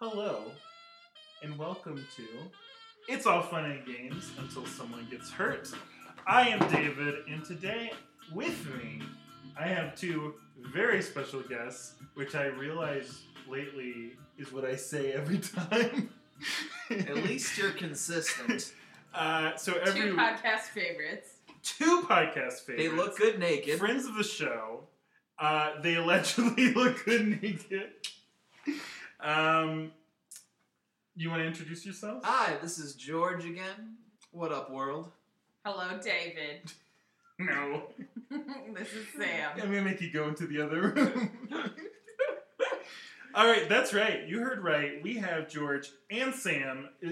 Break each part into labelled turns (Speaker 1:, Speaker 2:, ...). Speaker 1: Hello, and welcome to It's All Fun and Games Until Someone Gets Hurt. I am David, and today with me, I have two very special guests, which I realize lately is what I say every time.
Speaker 2: At least you're consistent.
Speaker 1: Uh, so every
Speaker 3: Two podcast favorites.
Speaker 1: two podcast favorites.
Speaker 2: they look good naked.
Speaker 1: Friends of the show. Uh, they allegedly look good naked. Um, you want to introduce yourself?
Speaker 2: Hi, this is George again. What up, world?
Speaker 3: Hello, David.
Speaker 1: No.
Speaker 3: this is Sam.
Speaker 1: I'm gonna make you go into the other room. All right, that's right. You heard right. We have George and Sam. Uh,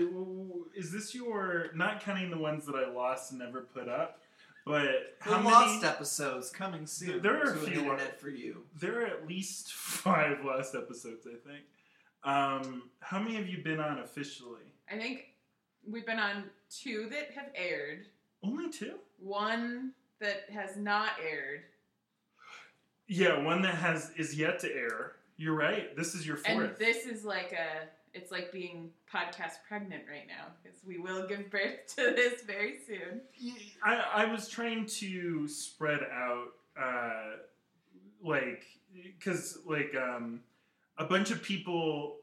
Speaker 1: Is this your not counting the ones that I lost and never put up? But
Speaker 2: The
Speaker 1: how many?
Speaker 2: Lost episodes coming soon
Speaker 1: There are a
Speaker 2: to the
Speaker 1: few.
Speaker 2: internet for you.
Speaker 1: There are at least five lost episodes, I think. Um, how many have you been on officially?
Speaker 3: I think we've been on two that have aired,
Speaker 1: Only two?
Speaker 3: one that has not aired,
Speaker 1: Yeah, one that has is yet to air. You're right. This is your fourth.
Speaker 3: and this is like a. It's like being podcast pregnant right now because we will give birth to this very soon.
Speaker 1: I, I was trying to spread out, uh, like, because, like, um, a bunch of people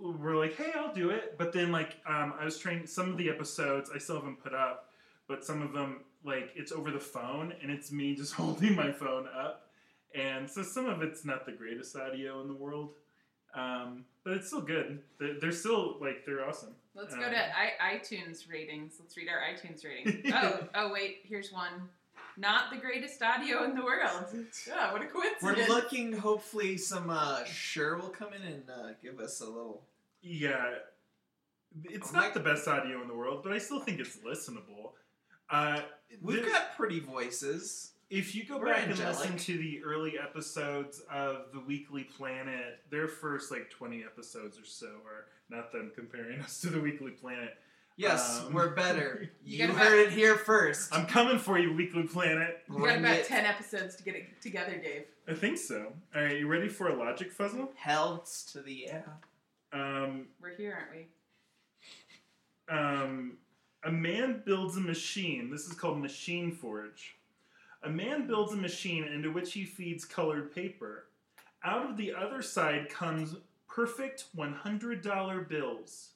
Speaker 1: were like, hey, I'll do it. But then, like, um, I was trying, some of the episodes I still haven't put up, but some of them, like, it's over the phone and it's me just holding my phone up. And so some of it's not the greatest audio in the world, um, but it's still good. They're, they're still, like, they're awesome.
Speaker 3: Let's
Speaker 1: Uh.
Speaker 3: go to I- iTunes ratings. Let's read our iTunes ratings. oh, oh wait, here's one. Not the greatest audio in the world. Yeah, what a
Speaker 2: We're
Speaker 3: coincidence.
Speaker 2: looking, hopefully, some uh, Sure will come in and uh, give us a little.
Speaker 1: Yeah, it's
Speaker 2: Oh,
Speaker 1: not
Speaker 2: my-
Speaker 1: the best audio in the world, but I still think it's listenable. Uh,
Speaker 2: We've
Speaker 1: there-
Speaker 2: got pretty voices.
Speaker 1: if you go
Speaker 2: we're
Speaker 1: back and
Speaker 2: angelic.
Speaker 1: listen to the early episodes of the Weekly Planet, their first like twenty episodes or so are not them comparing us to the Weekly Planet.
Speaker 2: Yes,
Speaker 1: Um,
Speaker 2: we're better.
Speaker 3: You
Speaker 2: You,
Speaker 3: got
Speaker 2: heard it here 1st
Speaker 1: I'm coming for you, Weekly Planet.
Speaker 3: We got about ten episodes to get it together, Dave.
Speaker 1: I think so. All right, you ready for a logic puzzle?
Speaker 2: Hells to the air.
Speaker 1: Um,
Speaker 3: We're here, aren't we?
Speaker 1: um, a man builds a machine. This is called machine forge. A man builds a machine into which he feeds colored paper. Out of the other side comes perfect $100 bills.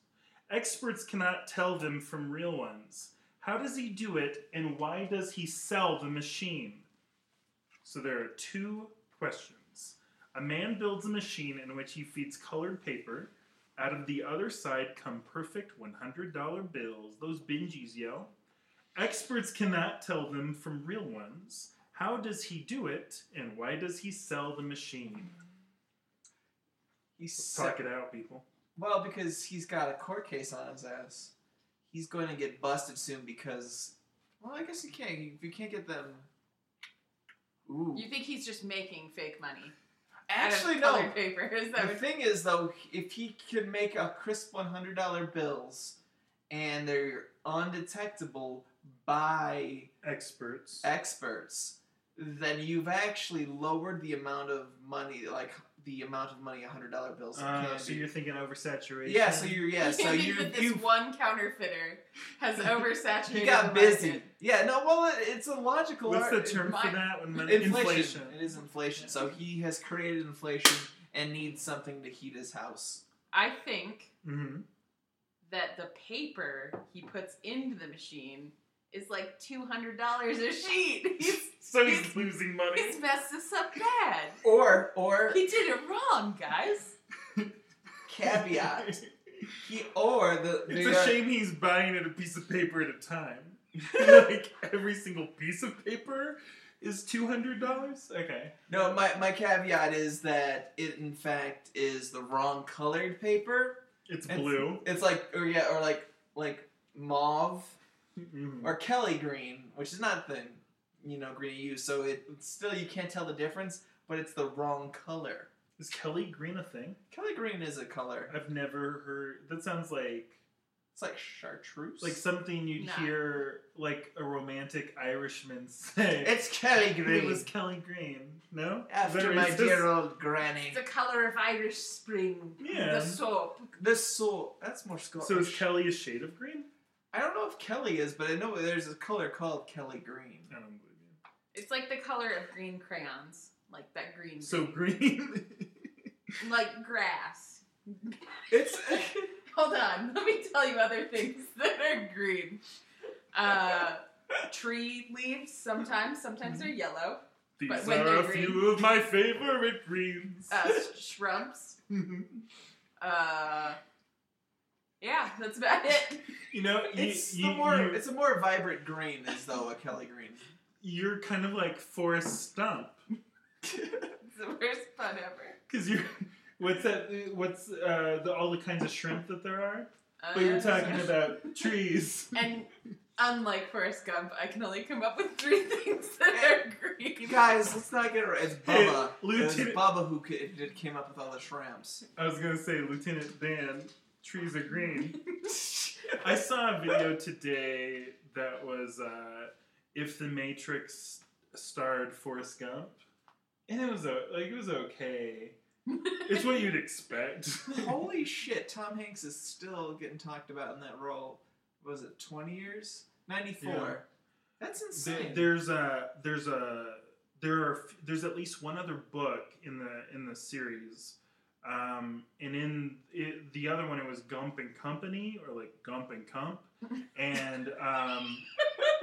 Speaker 1: Experts cannot tell them from real ones. How does he do it, and why does he sell the machine? So there are two questions. A man builds a machine in which he feeds colored paper. Out of the other side come perfect $100 bills, those bingies, yo. Experts cannot tell them from real ones. How does he do it, and why does he sell the machine?
Speaker 2: He's
Speaker 1: Let's
Speaker 2: so-
Speaker 1: talk it out, people.
Speaker 2: Well, because he's got a court case on his ass. He's going to get busted soon because, well, I guess you can't. If you can't get them, ooh.
Speaker 3: You think he's just making fake money?
Speaker 2: Actually,
Speaker 3: out of
Speaker 2: no.
Speaker 3: colored paper. Is that
Speaker 2: The
Speaker 3: what-
Speaker 2: thing is, though, if he could make a crisp one hundred dollar bills, and they're undetectable by
Speaker 1: Experts.
Speaker 2: experts, then you've actually lowered the amount of money, like the amount of money a hundred dollar bills
Speaker 1: Uh,
Speaker 2: can
Speaker 1: so
Speaker 2: be.
Speaker 1: you're thinking oversaturation?
Speaker 2: yeah, so you're yeah, so
Speaker 3: think
Speaker 2: you
Speaker 3: that this
Speaker 2: you
Speaker 3: one counterfeiter has oversaturated.
Speaker 2: You got
Speaker 3: the
Speaker 2: busy.
Speaker 3: market.
Speaker 2: Yeah, no, well, it, it's a logical.
Speaker 1: What's the
Speaker 2: art-
Speaker 1: term for
Speaker 3: my-
Speaker 1: that? When money-
Speaker 2: Inflation. It is inflation. So he has created inflation and needs something to heat his house.
Speaker 3: I think
Speaker 1: Mhm.
Speaker 3: that the paper he puts into the machine is like two hundred dollars a sheet. He's,
Speaker 1: So he's losing money.
Speaker 3: he's messed this up bad.
Speaker 2: Or or
Speaker 3: He did it wrong, guys.
Speaker 2: caveat. He or the, the
Speaker 1: It's a shame he's buying it a piece of paper at a time. like every single piece of paper is two hundred dollars. Okay.
Speaker 2: No, my, my caveat is that it in fact is the wrong colored paper.
Speaker 1: It's
Speaker 2: It's-
Speaker 1: blue.
Speaker 2: It's like or yeah, or like like mauve
Speaker 1: Mhm.
Speaker 2: or Kelly green, which is not the you know green you use. So it it's still you can't tell the difference, but it's the wrong color.
Speaker 1: Is Kelly green a thing?
Speaker 2: Kelly green is a color.
Speaker 1: I've never heard. That sounds like
Speaker 2: It's like chartreuse.
Speaker 1: Like something you'd
Speaker 3: Nah.
Speaker 1: hear like a romantic Irishman say.
Speaker 2: it's Kelly
Speaker 1: It
Speaker 2: Green.
Speaker 1: was Kelly Green. No? Is
Speaker 2: After
Speaker 1: that
Speaker 2: my
Speaker 1: racist?
Speaker 2: dear old granny.
Speaker 3: the color of Irish spring.
Speaker 1: Yeah.
Speaker 3: The soap.
Speaker 2: This soul. That's more Scottish.
Speaker 1: So is Kelly a shade of green?
Speaker 2: I don't know if Kelly is, but I know there's a color called Kelly Green.
Speaker 1: I don't believe
Speaker 3: It's like the color of green crayons. Like that green.
Speaker 1: you. So green.
Speaker 3: like grass.
Speaker 2: It's
Speaker 3: Hold on, let me tell you other things that are green. Uh, tree leaves sometimes, sometimes
Speaker 1: Mm-hmm.
Speaker 3: they're yellow.
Speaker 1: These
Speaker 3: But when
Speaker 1: are
Speaker 3: they're
Speaker 1: a few of my favorite greens.
Speaker 3: Uh, sh- shrubs.
Speaker 1: you
Speaker 3: Uh, yeah, that's about it.
Speaker 1: know, you,
Speaker 2: it's
Speaker 1: you,
Speaker 2: the more
Speaker 1: you,
Speaker 2: it's a more vibrant green is though a Kelly Green.
Speaker 1: you're kind of like Forrest Stump.
Speaker 3: It's the worst pun ever.
Speaker 1: Because you're. What's that? What's uh, the, all the kinds of shrimp that there are?
Speaker 3: Uh,
Speaker 1: But you're talking about trees.
Speaker 3: And unlike Forrest Gump, I can only come up with three things that are green.
Speaker 2: You guys, let's not get it right. It's
Speaker 1: Hey,
Speaker 2: Bubba. It's
Speaker 1: Lieutenant-
Speaker 2: Bubba who ca- did- came up with all the shrimps.
Speaker 1: I was gonna say Lieutenant Dan. Trees are green. I saw a video today that was uh, if the Matrix starred Forrest Gump, and it was o- like it was okay. It's what you'd expect.
Speaker 2: Holy shit! Tom Hanks is still getting talked about in that role. What was it twenty years? Ninety four.
Speaker 1: Yeah.
Speaker 2: That's
Speaker 1: Th-
Speaker 2: insane.
Speaker 1: there's a there's a there are f- there's at least one other book in the in the series um, and in it, the other one it was gump and company or like gump and Cump, and um,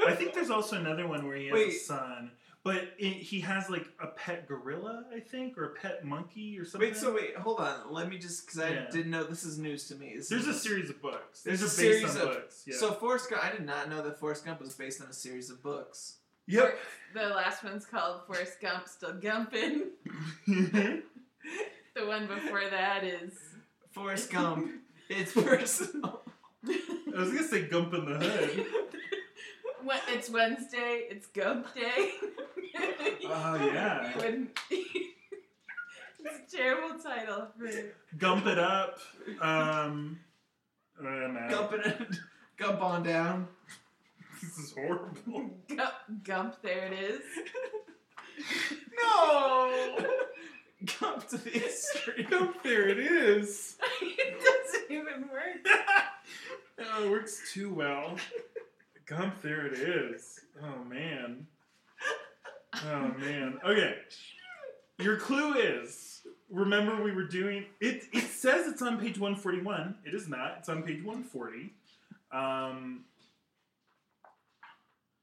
Speaker 1: i think there's also another one where he has a
Speaker 2: Wait.
Speaker 1: son but it, he has like a pet gorilla i think or a pet monkey or something
Speaker 2: Wait, so wait, hold on. Let me just because I
Speaker 1: Yeah.
Speaker 2: didn't know this is news to me. This
Speaker 1: there's a
Speaker 2: is-
Speaker 1: series of books
Speaker 2: There's
Speaker 1: there's
Speaker 2: a
Speaker 1: a based
Speaker 2: series
Speaker 1: on
Speaker 2: of-
Speaker 1: books yeah
Speaker 2: So Forrest Gump, I did not know that Forrest Gump was based on a series of books.
Speaker 1: yep
Speaker 3: The last one's called Forrest Gump Still Gumpin'. The one before that is.
Speaker 2: Forrest Gump, it's personal.
Speaker 1: i was gonna say gump in the hood
Speaker 3: Wed- it's Wednesday. It's Gump Day.
Speaker 1: oh yeah
Speaker 3: You wouldn't. it's a terrible title for
Speaker 1: Gump it up. Um, I'm out.
Speaker 2: Gump it, Gump on down.
Speaker 1: This is horrible.
Speaker 3: Gump. Gump. There it is.
Speaker 2: No, Gump to the history.
Speaker 1: Gump, there it is.
Speaker 3: it doesn't even work.
Speaker 1: Oh, it works too well. Gump, there it is. Oh man. Oh man. Okay. Your clue is. Remember, we were doing it. It says it's on page 141. It is not. It's on page 140. Um.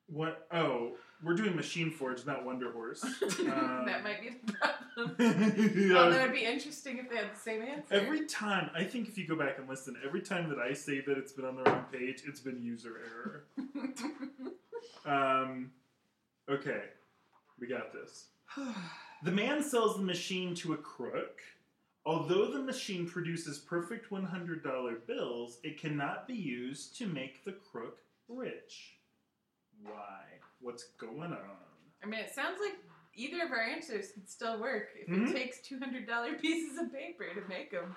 Speaker 1: What? Oh, we're doing Machine Forge, not Wonder Horse. Um,
Speaker 3: that might be the problem.
Speaker 1: Yeah.
Speaker 3: Although it'd be interesting if they had the same answer.
Speaker 1: Every time, I think if you go back and listen, every time that I say that it's been on the wrong page, it's been user error. Um, okay, we got this. The man sells the machine to a crook. Although the machine produces perfect $100 bills, it cannot be used to make the crook rich. Why? What's going on?
Speaker 3: I mean, it sounds like either of our answers could still work if
Speaker 1: Mhm.
Speaker 3: it takes two hundred dollar pieces of paper to make them.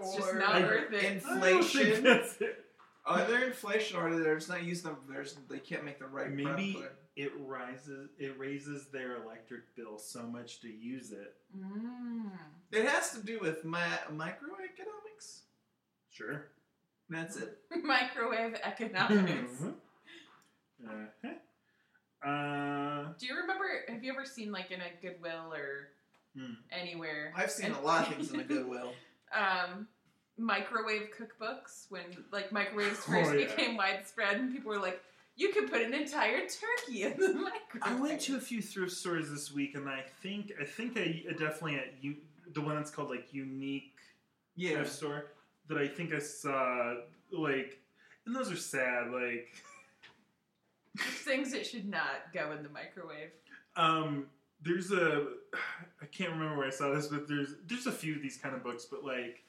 Speaker 3: It's just
Speaker 2: Or
Speaker 3: not
Speaker 1: I-
Speaker 3: worth it.
Speaker 2: in-
Speaker 1: I don't think
Speaker 2: Inflation.
Speaker 1: that's it.
Speaker 2: Either inflation or Oh, they're just not using them. There's they can't make the right.
Speaker 1: Maybe-
Speaker 2: product.
Speaker 1: It rises. It raises their electric bill so much to use it.
Speaker 3: Mm.
Speaker 2: it has to do with my microeconomics.
Speaker 1: Sure.
Speaker 2: That's it.
Speaker 3: Microwave economics.
Speaker 1: Mm-hmm. Uh-huh. Uh,
Speaker 3: Do you remember? Have you ever seen like in a Goodwill or
Speaker 1: hmm.
Speaker 3: anywhere?
Speaker 2: I've seen a lot of things in the Goodwill.
Speaker 3: Um, microwave cookbooks when like microwaves first
Speaker 1: Oh, yeah.
Speaker 3: became widespread and people were like, you could put an entire turkey in the microwave.
Speaker 1: I went to a few thrift stores this week, and I think I think I uh, definitely at you the one that's called like Unique
Speaker 2: Yeah,
Speaker 1: Thrift Store that I think I saw like, and those are sad. Like,
Speaker 3: things that should not go in the microwave.
Speaker 1: um, there's a I can't remember where I saw this, but there's there's a few of these kind of books, but like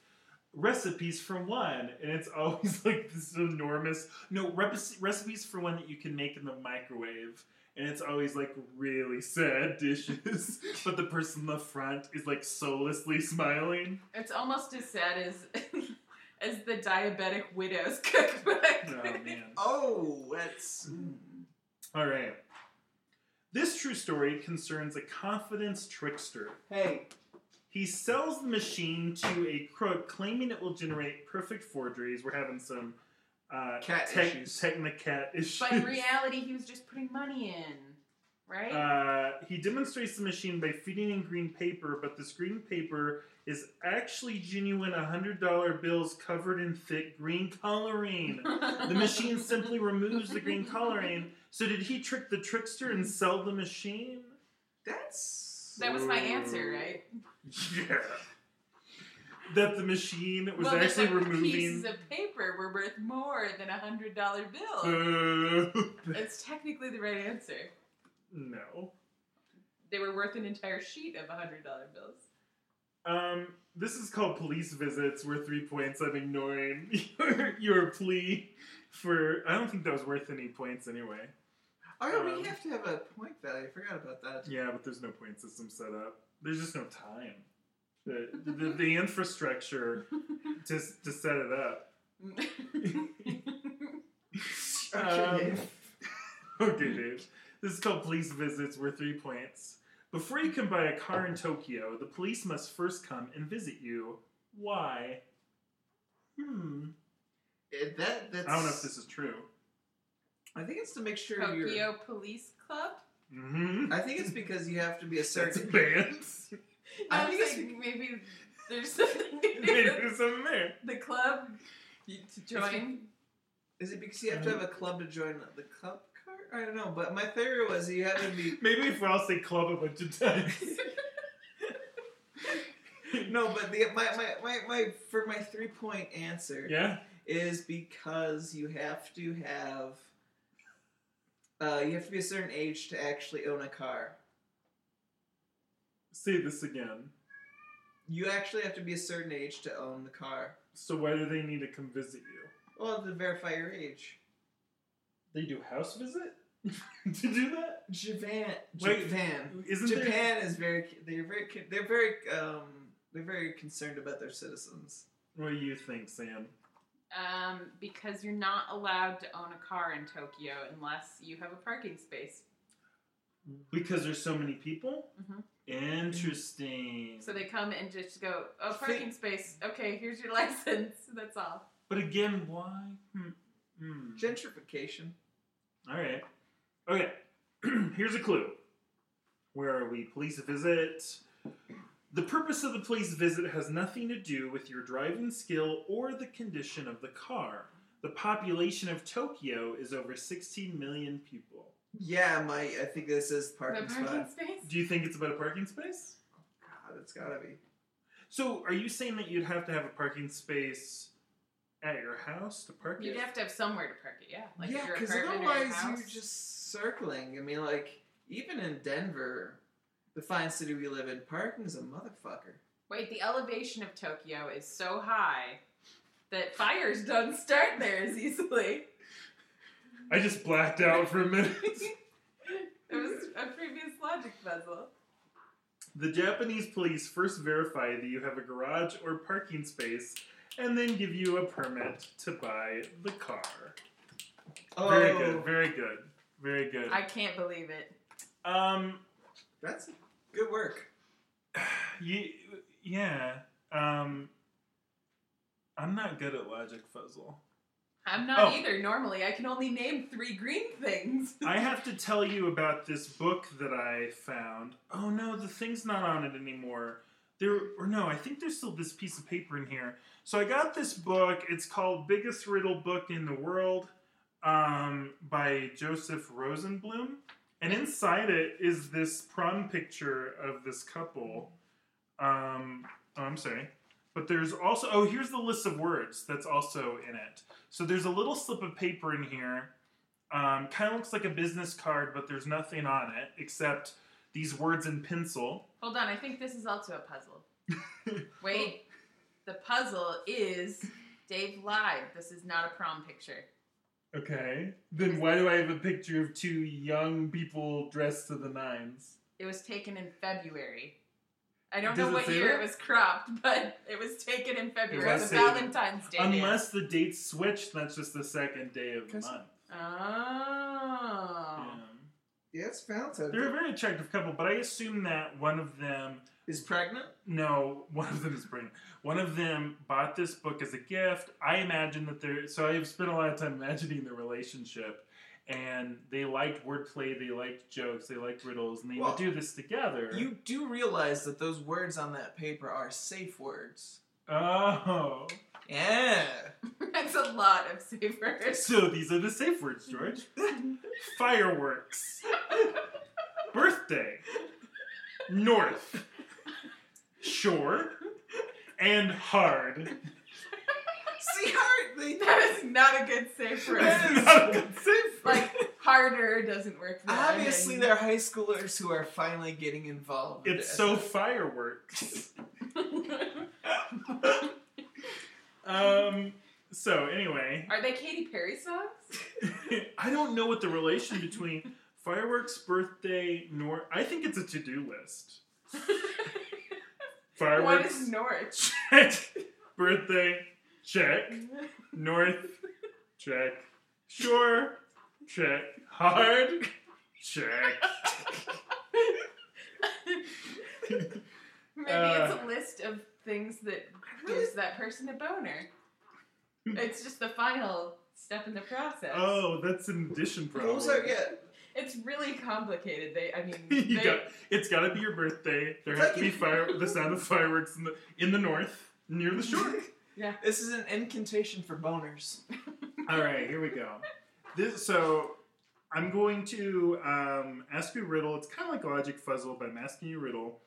Speaker 1: recipes for one and it's always like this enormous no rep- recipes for one that you can make in the microwave and it's always like really sad dishes but the person in the front is like soullessly smiling
Speaker 3: It's almost as sad as as the diabetic widow's cookbook.
Speaker 1: Oh man.
Speaker 2: Oh, that's
Speaker 1: All right. This true story concerns a confidence trickster.
Speaker 2: hey.
Speaker 1: He sells the machine to a crook, claiming it will generate perfect forgeries. We're having some uh,
Speaker 2: Cat
Speaker 1: tech-
Speaker 2: issues.
Speaker 1: technicat issues.
Speaker 3: But in reality, he was just putting money in, right?
Speaker 1: Uh, he demonstrates the machine by feeding in green paper, but this green paper is actually genuine $100 bills covered in thick green coloring. The machine simply removes the green coloring. So, did he trick the trickster and sell the machine?
Speaker 2: That's
Speaker 3: That was my answer, right?
Speaker 1: Yeah. That the machine was
Speaker 3: well, the
Speaker 1: actually
Speaker 3: pieces
Speaker 1: removing.
Speaker 3: of paper were worth more than a hundred dollar bill.
Speaker 1: Uh,
Speaker 3: That's technically the right answer.
Speaker 1: no.
Speaker 3: They were worth an entire sheet of hundred dollar bills.
Speaker 1: Um, this is called police visits. Were three points. I'm ignoring your, your plea for. I don't think that was worth any points anyway.
Speaker 2: Oh yeah,
Speaker 1: Um,
Speaker 2: we have to have a point value. I forgot about that.
Speaker 1: Yeah, but there's no point system set up. There's just no time. The the, the infrastructure to s- to set it up.
Speaker 2: Okay.
Speaker 1: Um, Okay, Dave. This is called police visits. Were three points. Before you can buy a car in Tokyo, the police must first come and visit you. Why? Hmm.
Speaker 2: Eh, that that's
Speaker 1: I don't know if this is true.
Speaker 2: I think it's to make sure you're
Speaker 3: Tokyo Police Club.
Speaker 1: Mm-hmm.
Speaker 2: I think it's because you have to be a
Speaker 1: That's a
Speaker 2: certain
Speaker 1: band.
Speaker 3: I,
Speaker 2: I
Speaker 3: was
Speaker 2: think
Speaker 3: like, maybe there's something to do with
Speaker 1: There's something there.
Speaker 3: the club to join.
Speaker 2: Is it because you have to have a club to join the club card? I don't know, but my theory was you had to be
Speaker 1: Maybe if we all say club a bunch of times.
Speaker 2: no, but the my, my, my, my for my three point answer
Speaker 1: Yeah.
Speaker 2: is because you have to have uh, you have to be a certain age to actually own a car.
Speaker 1: Say this again.
Speaker 2: You actually have to be a certain age to own the car.
Speaker 1: So why do they need to come visit you?
Speaker 2: Well, to verify your age.
Speaker 1: They do house visit to do that.
Speaker 2: Japan,
Speaker 1: Wait,
Speaker 2: Japan,
Speaker 1: Isn't there?
Speaker 2: Japan is very they're very they're very um they're very concerned about their citizens.
Speaker 1: What do you think, Sam?
Speaker 3: Um, because you're not allowed to own a car in Tokyo unless you have a parking space.
Speaker 1: Because there's so many people.
Speaker 3: Mhm.
Speaker 1: Interesting.
Speaker 3: So they come and just go, oh, parking space. Okay, here's your license. That's all.
Speaker 1: But again, why? Hmm. Hmm.
Speaker 2: Gentrification.
Speaker 1: All right. Okay. Here's a clue. Where are we? Police visit. The purpose of the police visit has nothing to do with your driving skill or the condition of the car. The population of Tokyo is over 16 million people.
Speaker 2: Yeah, my I think this is parking
Speaker 3: the
Speaker 2: spot.
Speaker 3: parking space?
Speaker 1: Do you think it's about a parking space?
Speaker 2: God, it's gotta be.
Speaker 1: So, are you saying that you'd have to have a parking space at your house to park
Speaker 3: You'd
Speaker 1: it?
Speaker 3: have to have somewhere to park it, yeah. Like
Speaker 2: yeah,
Speaker 3: your
Speaker 2: because
Speaker 3: apartment or your
Speaker 2: otherwise
Speaker 3: house.
Speaker 2: you're just circling. I mean, like even in Denver, the fine city we live in, parking's a motherfucker.
Speaker 3: Wait, the elevation of Tokyo is so high that fires don't start there as easily.
Speaker 1: I just blacked out for a minute.
Speaker 3: It was a previous logic puzzle.
Speaker 1: The Japanese police first verify that you have a garage or parking space and then give you a permit to buy the car.
Speaker 2: Oh,
Speaker 1: Very good, very good, very good.
Speaker 3: I can't believe it.
Speaker 1: um,
Speaker 2: that's good work.
Speaker 1: you, yeah, um, I'm not good at logic fuzzle.
Speaker 3: I'm not
Speaker 1: Oh.
Speaker 3: either. Normally, I can only name three green things.
Speaker 1: I have to tell you about this book that I found. Oh no, the thing's not on it anymore. There or no, I think there's still this piece of paper in here. So I got this book. It's called Biggest Riddle Book in the World um, by Joseph Rosenblum. And inside it is this prom picture of this couple. Um, oh, I'm sorry. But there's also, oh, here's the list of words that's also in it. So there's a little slip of paper in here. Um, kind of looks like a business card, but there's nothing on it except these words in pencil.
Speaker 3: Hold on, I think this is also a puzzle. Wait, the puzzle is Dave lied. This is not a prom picture.
Speaker 1: Okay. Then why do I have a picture of two young people dressed to the nines?
Speaker 3: It was taken in February. I don't
Speaker 1: Does
Speaker 3: know
Speaker 1: it
Speaker 3: what
Speaker 1: say
Speaker 3: year
Speaker 1: that?
Speaker 3: it was cropped, but it was taken in February. It
Speaker 1: was
Speaker 3: was
Speaker 1: taken.
Speaker 3: Valentine's Day. day.
Speaker 1: Unless the dates switch, that's just the second day of the
Speaker 2: Guess-
Speaker 1: month.
Speaker 3: Oh.
Speaker 1: Um,
Speaker 2: Yeah, it's Valentine's.
Speaker 1: They're a
Speaker 2: Day.
Speaker 1: very attractive couple, but I assume that one of them,
Speaker 2: Is pregnant?
Speaker 1: no, one of them is pregnant. One of them bought this book as a gift. I imagine that they're, so I've spent a lot of time imagining the relationship. And they liked wordplay, they liked jokes, they liked riddles, and they
Speaker 2: Well,
Speaker 1: would do this together.
Speaker 2: You do realize that those words on that paper are safe words.
Speaker 1: oh.
Speaker 2: Yeah.
Speaker 1: Hmm.
Speaker 3: That's a lot of savers.
Speaker 1: So these are the safe words, George. Fireworks. Birthday. North. Shore. And hard.
Speaker 2: See, hard. They,
Speaker 3: That is not a good safe
Speaker 2: That
Speaker 3: word.
Speaker 2: is-
Speaker 1: Not a good safe word.
Speaker 3: like harder doesn't work. For that.
Speaker 2: obviously,
Speaker 3: And-
Speaker 2: they're high schoolers who are finally getting involved. in
Speaker 1: It's
Speaker 2: this.
Speaker 1: so fireworks. Um. So anyway,
Speaker 3: Are they Katy Perry songs?
Speaker 1: I don't know what the relation between fireworks, birthday, nor I think it's a to-do list.
Speaker 3: What
Speaker 1: Fireworks,
Speaker 3: is Norwich?
Speaker 1: check. Birthday, check. North, check. Shore, check. Hard, check.
Speaker 3: Maybe it's
Speaker 1: Uh.
Speaker 3: a list of things that gives that person a boner. It's just the final step in the process.
Speaker 1: Oh, that's an addition problem.
Speaker 2: Those are yeah.
Speaker 3: It's really complicated. They, I mean,
Speaker 1: You
Speaker 3: they,
Speaker 1: got- it's got to be your birthday. There has to be fire, the sound of fireworks in the in the north near the shore.
Speaker 3: Yeah.
Speaker 2: This is an incantation for boners.
Speaker 1: All right, here we go. This so I'm going to um, ask you a riddle. It's kind of like logic puzzle, but I'm asking you a riddle,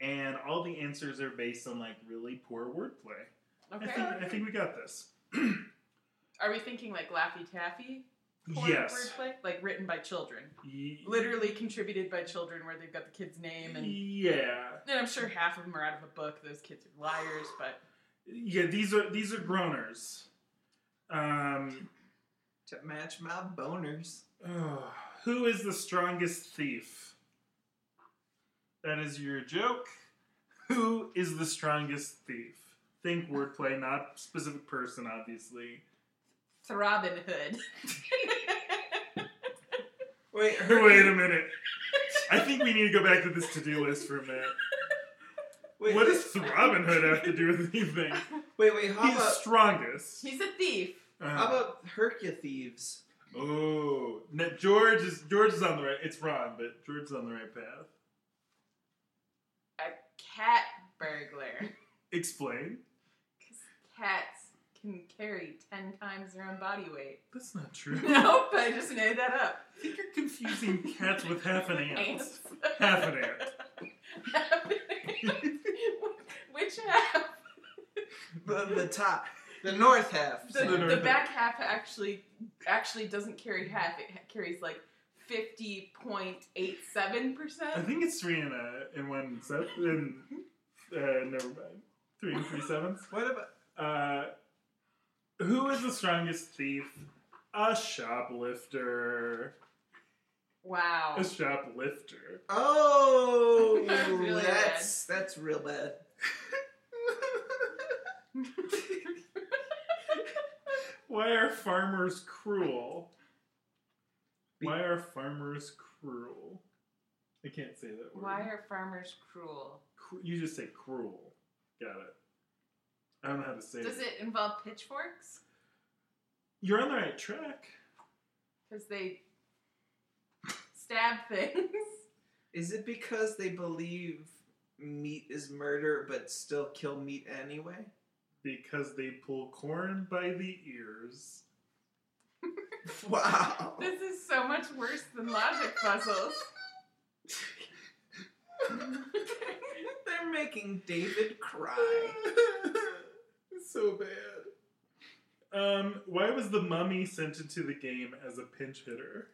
Speaker 1: and all the answers are based on like really poor wordplay. I
Speaker 3: okay.
Speaker 1: think I think we got this.
Speaker 3: Are we thinking like Laffy Taffy? porn
Speaker 1: yes.
Speaker 3: Wordplay? Like written by children.
Speaker 1: Ye-
Speaker 3: Literally contributed by children where they've got the kid's name and
Speaker 1: Yeah.
Speaker 3: And I'm sure half of them are out of a book. Those kids are liars, but
Speaker 1: Yeah. These are these are groaners. Um,
Speaker 2: To match my boners.
Speaker 1: ugh. who is the strongest thief? That is your joke. Who is the strongest thief? Think wordplay, not specific person, obviously.
Speaker 3: Robin Hood.
Speaker 2: Wait, her,
Speaker 1: Wait a minute. I think we need to go back to this to-do list for a minute.
Speaker 2: Wait,
Speaker 1: what does Robin Hood have to do with anything?
Speaker 2: Wait, wait. How
Speaker 1: He's
Speaker 2: about
Speaker 1: strongest.
Speaker 3: He's a thief.
Speaker 2: how
Speaker 1: Uh,
Speaker 2: about Hercule thieves?
Speaker 1: oh, no, George is George is on the right. It's Ron, but George is on the right path.
Speaker 3: A cat burglar.
Speaker 1: Explain.
Speaker 3: Because cats can carry 10 times their own body weight.
Speaker 1: That's not true.
Speaker 3: Nope, I just made that up.
Speaker 1: I think you're confusing cats with half an ant.
Speaker 3: Ants.
Speaker 1: Half an ant.
Speaker 3: Half an ant. Which half?
Speaker 2: The, the top, the north half.
Speaker 3: The,
Speaker 1: So
Speaker 2: Sam.
Speaker 1: then
Speaker 3: the
Speaker 1: are
Speaker 3: back half actually actually doesn't carry half. It carries like 50.87%.
Speaker 1: I think it's three and a and one seven. And, uh, never mind. Three and three sevenths.
Speaker 2: What about
Speaker 1: Uh, who is the strongest thief? A shoplifter.
Speaker 3: Wow.
Speaker 1: A shoplifter.
Speaker 2: Oh,
Speaker 3: That's really
Speaker 2: that's that's real bad.
Speaker 1: Why are farmers cruel? Why are farmers cruel? I can't say that word.
Speaker 3: Why are farmers cruel?
Speaker 1: Cru- you just say cruel? Got it. I don't know how to say
Speaker 3: Does it involve pitchforks?
Speaker 1: You're on the right track.
Speaker 3: Because they stab things.
Speaker 2: Is it because they believe meat is murder, but still kill meat anyway?
Speaker 1: Because they pull corn by the ears.
Speaker 2: Wow.
Speaker 3: This is so much worse than logic puzzles.
Speaker 2: They're making David cry.
Speaker 1: so bad. Um, why was the mummy sent into the game as a pinch hitter?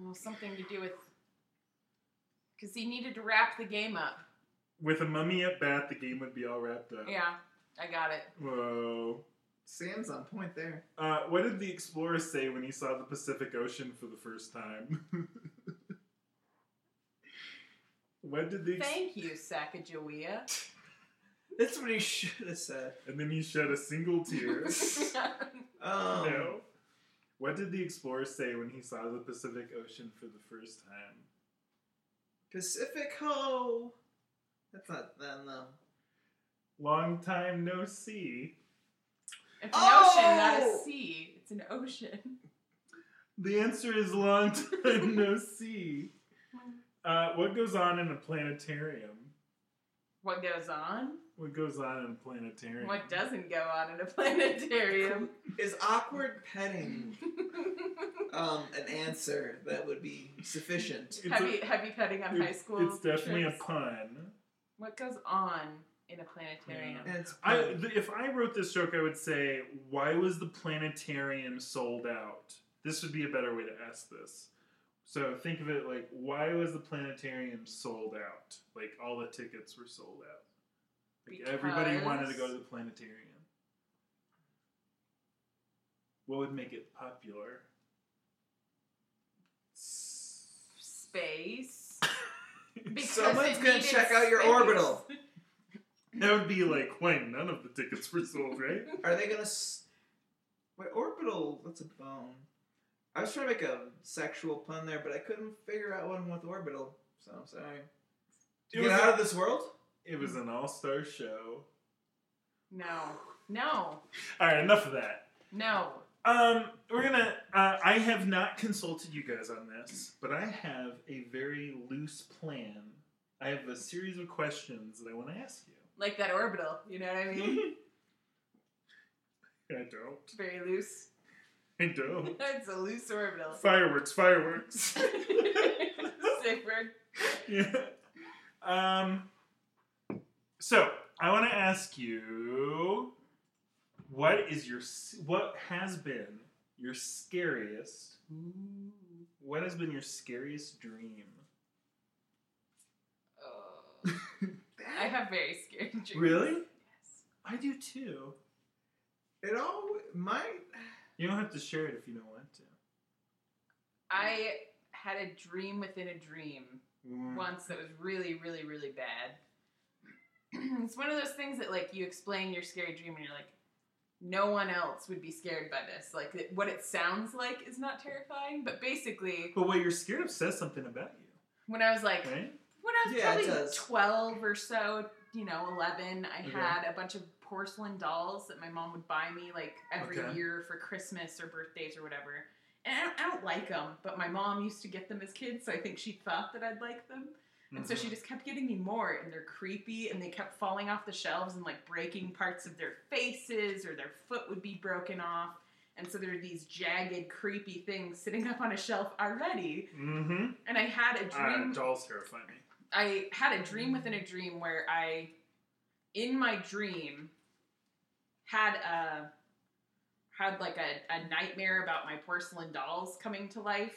Speaker 3: Oh, something to do with. Because he needed to wrap the game up.
Speaker 1: With a mummy at bat, the game would be all wrapped up.
Speaker 3: Yeah, I got it.
Speaker 1: Whoa.
Speaker 2: Sam's on point there.
Speaker 1: Uh, what did the explorer say when he saw the Pacific Ocean for the first time? When did these?
Speaker 3: Thank you, Sacagawea.
Speaker 2: That's what he should have said.
Speaker 1: And then he shed a single tear.
Speaker 2: Um,
Speaker 1: no. What did the explorer say when he saw the Pacific Ocean for the first time?
Speaker 2: Pacific Ho. That's not um, that no.
Speaker 1: Long time no see.
Speaker 3: It's an ocean, not a
Speaker 2: Oh!
Speaker 3: sea. It's an ocean.
Speaker 1: The answer is long time no see. Uh, what goes on in a planetarium?
Speaker 3: What goes on?
Speaker 1: What goes on in a planetarium?
Speaker 3: What doesn't go on in a planetarium?
Speaker 2: Is awkward petting um, an answer that would be sufficient?
Speaker 1: It's
Speaker 3: heavy,
Speaker 1: a-
Speaker 3: heavy petting on high
Speaker 1: it's-
Speaker 3: school.
Speaker 1: It's definitely
Speaker 3: trips.
Speaker 1: a pun.
Speaker 3: What goes on in a planetarium?
Speaker 2: And it's
Speaker 1: I, th- if I wrote this joke, I would say, why was the planetarium sold out? This would be a better way to ask this. So think of it like, why was the planetarium sold out? Like all the tickets were sold out. Like everybody wanted to go to the planetarium. What would make it popular?
Speaker 3: S- Space. Because
Speaker 2: Someone's
Speaker 3: it
Speaker 2: gonna
Speaker 3: needed
Speaker 2: check out your
Speaker 3: space.
Speaker 2: orbital.
Speaker 1: That would be like when none of the tickets were sold, right?
Speaker 2: Are they gonna? S- Wait, orbital. That's a bone. I was trying to make a sexual pun there, but I couldn't figure out one with orbital. So I'm sorry.
Speaker 1: It
Speaker 2: Get
Speaker 1: was,
Speaker 2: out of this world.
Speaker 1: it was an all-star show.
Speaker 3: No, no,
Speaker 1: All right, enough of that.
Speaker 3: no.
Speaker 1: Um, we're gonna. Uh, I have not consulted you guys on this, but I have a very loose plan. I have a series of questions that I want to ask you.
Speaker 3: Like that orbital, you know what I mean?
Speaker 1: I don't.
Speaker 3: It's very loose.
Speaker 1: I don't.
Speaker 3: it's a loose orbital.
Speaker 1: Fireworks! Fireworks!
Speaker 3: Safe word.
Speaker 1: yeah. Um. So I want to ask you, what is your s- what has been your scariest? What has been your scariest dream?
Speaker 3: Oh. I have very scary dreams.
Speaker 1: Really?
Speaker 3: Yes.
Speaker 1: I do too.
Speaker 2: It all my.
Speaker 1: You don't have to share it if you don't want to.
Speaker 3: I had a dream within a dream once that was really, really, really bad. it's one of those things that like you explain your scary dream and you're like, no one else would be scared by this. Like it- what it sounds like is not terrifying, but basically,
Speaker 1: But what you're scared of says something about you,
Speaker 3: when I was like,
Speaker 1: right?
Speaker 3: when I was
Speaker 2: Yeah, it
Speaker 3: probably
Speaker 2: does.
Speaker 3: 12 or so, you know, 11, I
Speaker 1: Okay.
Speaker 3: had a bunch of porcelain dolls that my mom would buy me like every
Speaker 1: Okay.
Speaker 3: year for Christmas or birthdays or whatever. And I don't, I don't like them, but my mom used to get them as kids, so I think she thought that I'd like them. And
Speaker 1: Mm-hmm.
Speaker 3: so
Speaker 2: Mm-hmm.
Speaker 3: she just kept getting me more, and they're creepy, and they kept falling off the shelves and like breaking parts of their faces, or their foot would be broken off. And so there are these jagged, creepy things sitting up on a shelf already.
Speaker 1: Mm-hmm. Ah,
Speaker 3: And I had a dream.
Speaker 1: dolls terrify me.
Speaker 3: I had a dream within a dream where I, in my dream, had a had like a, a nightmare about my porcelain dolls coming to life,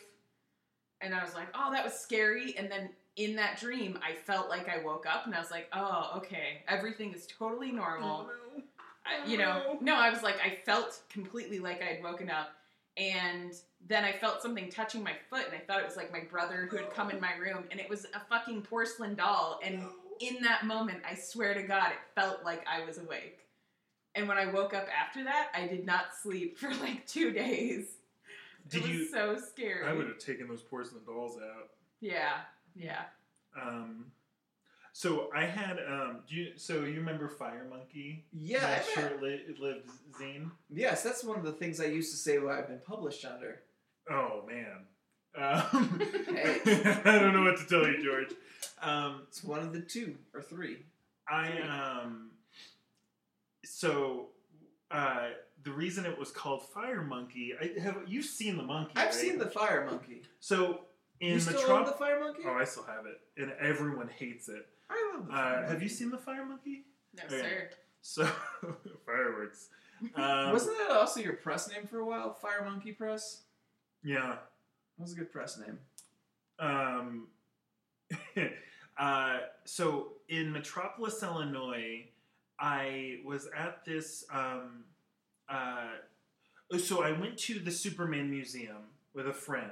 Speaker 3: and I was like, oh, that was scary. And then in that dream, I felt like I woke up, and I was like, oh, okay, everything is totally normal.
Speaker 1: Mm-hmm.
Speaker 3: I, you know, no, I was like, I felt completely like I had woken up. And then I felt something touching my foot, and I thought it was like my brother who had come in my room, and it was a fucking porcelain doll. And in that moment, I swear to God, it felt like I was awake. And when I woke up after that, I did not sleep for like two days.
Speaker 1: Did
Speaker 3: it was
Speaker 1: you?
Speaker 3: so scary.
Speaker 1: I would have taken those porcelain dolls out.
Speaker 3: Yeah, yeah.
Speaker 1: Um, so I had. Um, do you, so you remember Fire Monkey?
Speaker 2: Yeah.
Speaker 1: that
Speaker 2: I mean-
Speaker 1: short li- lived zine.
Speaker 2: Yes, that's one of the things I used to say what I've been published under.
Speaker 1: Oh man. Um,
Speaker 2: Hey.
Speaker 1: I don't know what to tell you, George. Um,
Speaker 2: It's one of the two or three.
Speaker 1: I um so uh the reason it was called Fire Monkey, I have you've seen the monkey.
Speaker 2: I've
Speaker 1: right?
Speaker 2: seen the fire monkey.
Speaker 1: so in
Speaker 2: you
Speaker 1: the
Speaker 2: still
Speaker 1: Trop-
Speaker 2: love the fire monkey?
Speaker 1: Oh, I still have it, and everyone hates it.
Speaker 2: I love the fire
Speaker 1: Uh,
Speaker 2: monkey.
Speaker 1: have you seen the Fire Monkey?
Speaker 3: No,
Speaker 1: Okay.
Speaker 3: sir.
Speaker 1: So fireworks. Um,
Speaker 2: Wasn't that also your press name for a while? Fire Monkey Press?
Speaker 1: yeah.
Speaker 2: That was a good press name.
Speaker 1: Um, uh, so in Metropolis, Illinois, I was at this. Um, uh, so I went to the Superman Museum with a friend,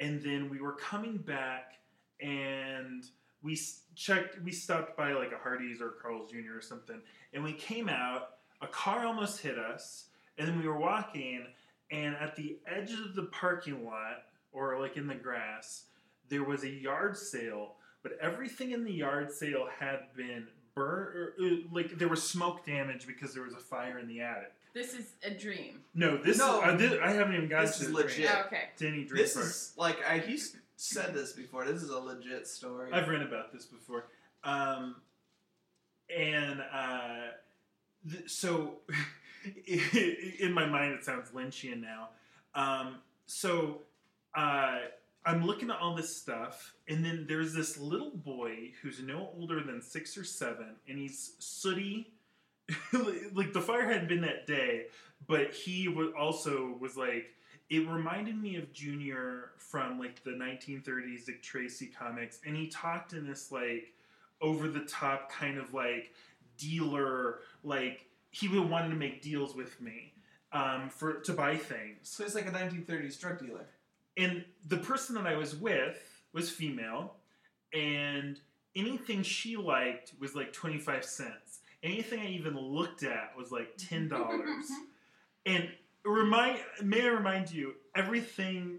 Speaker 1: and then we were coming back, and we s- checked we stopped by like a Hardee's or Carl's Jr. or something, and we came out. A car almost hit us, and then we were walking, and at the edge of the parking lot or like in the grass, there was a yard sale. But everything in the yard sale had been burned, or, uh, like there was smoke damage because there was a fire in the attic.
Speaker 3: This is a dream.
Speaker 1: No, this
Speaker 2: No.
Speaker 1: is I, did, I haven't even gotten
Speaker 2: This
Speaker 1: to
Speaker 2: is
Speaker 1: the
Speaker 2: legit.
Speaker 1: Dream.
Speaker 2: Yeah.
Speaker 3: Okay.
Speaker 1: To any dream
Speaker 2: This
Speaker 1: part.
Speaker 2: is like I he s- said this before. This is a legit story.
Speaker 1: I've read about this before. Um, and uh, th- so, in my mind, it sounds Lynchian now. Um, so, uh, I'm looking at all this stuff, and then there's this little boy who's no older than six or seven, and he's sooty. like the fire hadn't been that day, but he was also was like it reminded me of Junior from like the 1930s Dick Tracy comics, and he talked in this like over the top kind of like dealer, like he would wanted to make deals with me um, for to buy things.
Speaker 2: so he's like a 1930s drug dealer.
Speaker 1: And the person that I was with was female, and anything she liked was like 25 cents. Anything I even looked at was like ten dollars. And remind may I remind you, everything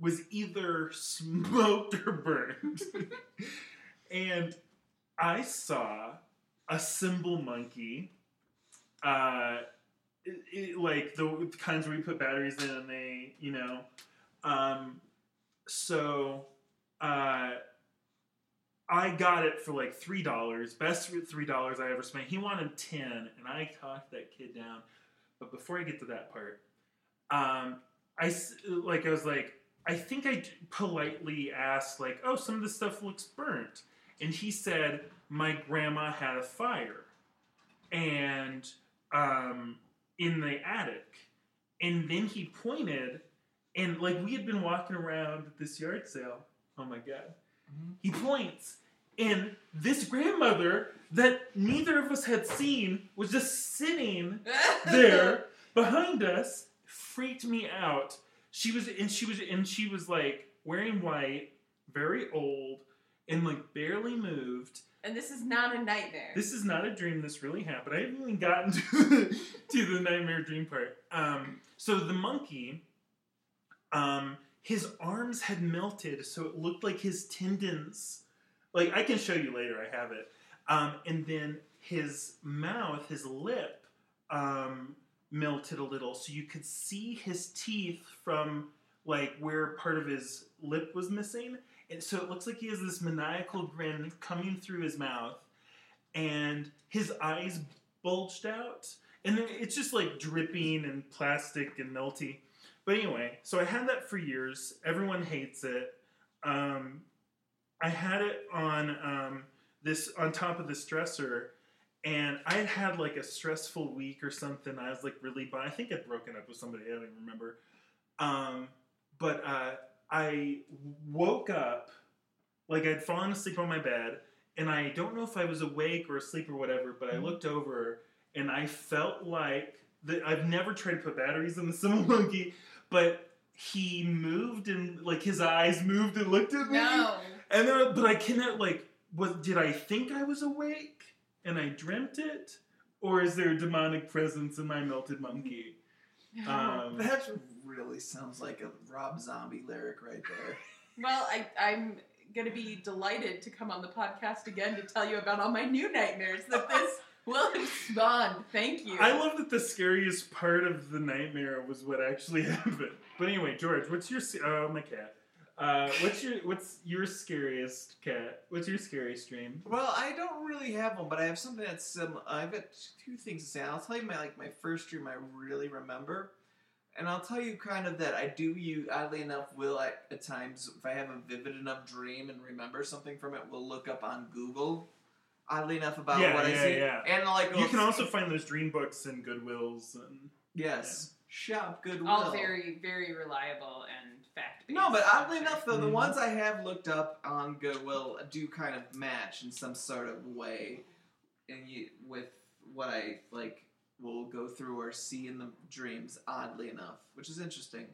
Speaker 1: was either smoked or burned. and I saw a symbol monkey, uh, it- it- like the kinds where you put batteries in and they, you know, um, so uh, I got it for like three dollars, best three dollars I ever spent. He wanted ten, and I talked that kid down. But before I get to that part, um, I s- like I was like I think I d- politely asked like, oh, some of this stuff looks burnt, and he said my grandma had a fire, and um, in the attic, and then he pointed, and like we had been walking around this yard sale. Oh my god. He points, and this grandmother that neither of us had seen was just sitting there behind us freaked me out she was and she was and she was like wearing white very old and like barely moved
Speaker 3: And this is not a nightmare.
Speaker 1: this is not a dream this really happened i haven't even gotten to the, to the nightmare dream part um, so the monkey um, his arms had melted so it looked like his tendons like i can show you later i have it um, and then his mouth his lip um, melted a little so you could see his teeth from like where part of his lip was missing and so it looks like he has this maniacal grin coming through his mouth and his eyes bulged out and then it's just like dripping and plastic and melty but anyway so i had that for years everyone hates it um, i had it on um, this on top of the stressor and I had had like a stressful week or something. I was like really, but I think I'd broken up with somebody. I don't even remember. Um, but uh, I woke up like I'd fallen asleep on my bed, and I don't know if I was awake or asleep or whatever. But I looked over and I felt like that I've never tried to put batteries in the Symbol Monkey, but he moved and like his eyes moved and looked at me.
Speaker 3: no.
Speaker 1: And then, but I cannot like. What did I think I was awake and I dreamt it, or is there a demonic presence in my melted monkey? Um,
Speaker 2: That really sounds like a Rob Zombie lyric right there.
Speaker 3: well, I, I'm going to be delighted to come on the podcast again to tell you about all my new nightmares that this will have spawned. Thank you.
Speaker 1: I love that the scariest part of the nightmare was what actually happened. But anyway, George, what's your sc- oh my cat? Uh, what's your what's your scariest cat? What's your scariest dream?
Speaker 2: Well, I don't really have one, but I have something that's sim- I've got two things to say. I'll tell you my like my first dream I really remember, and I'll tell you kind of that I do. You oddly enough will at, at times if I have a vivid enough dream and remember something from it, will look up on Google. Oddly enough, about
Speaker 1: Yeah,
Speaker 2: what I
Speaker 1: yeah,
Speaker 2: see,
Speaker 1: yeah.
Speaker 2: and I'll, like
Speaker 1: You
Speaker 2: I'll-
Speaker 1: can also find those dream books in Goodwills and
Speaker 2: yes shop Goodwill.
Speaker 3: all very, very reliable and fact based.
Speaker 2: No, but oddly enough, though, the
Speaker 1: Mhm.
Speaker 2: ones I have looked up on Goodwill do kind of match in some sort of way, and you, with what I like will go through or see in the dreams. Oddly enough, which is interesting.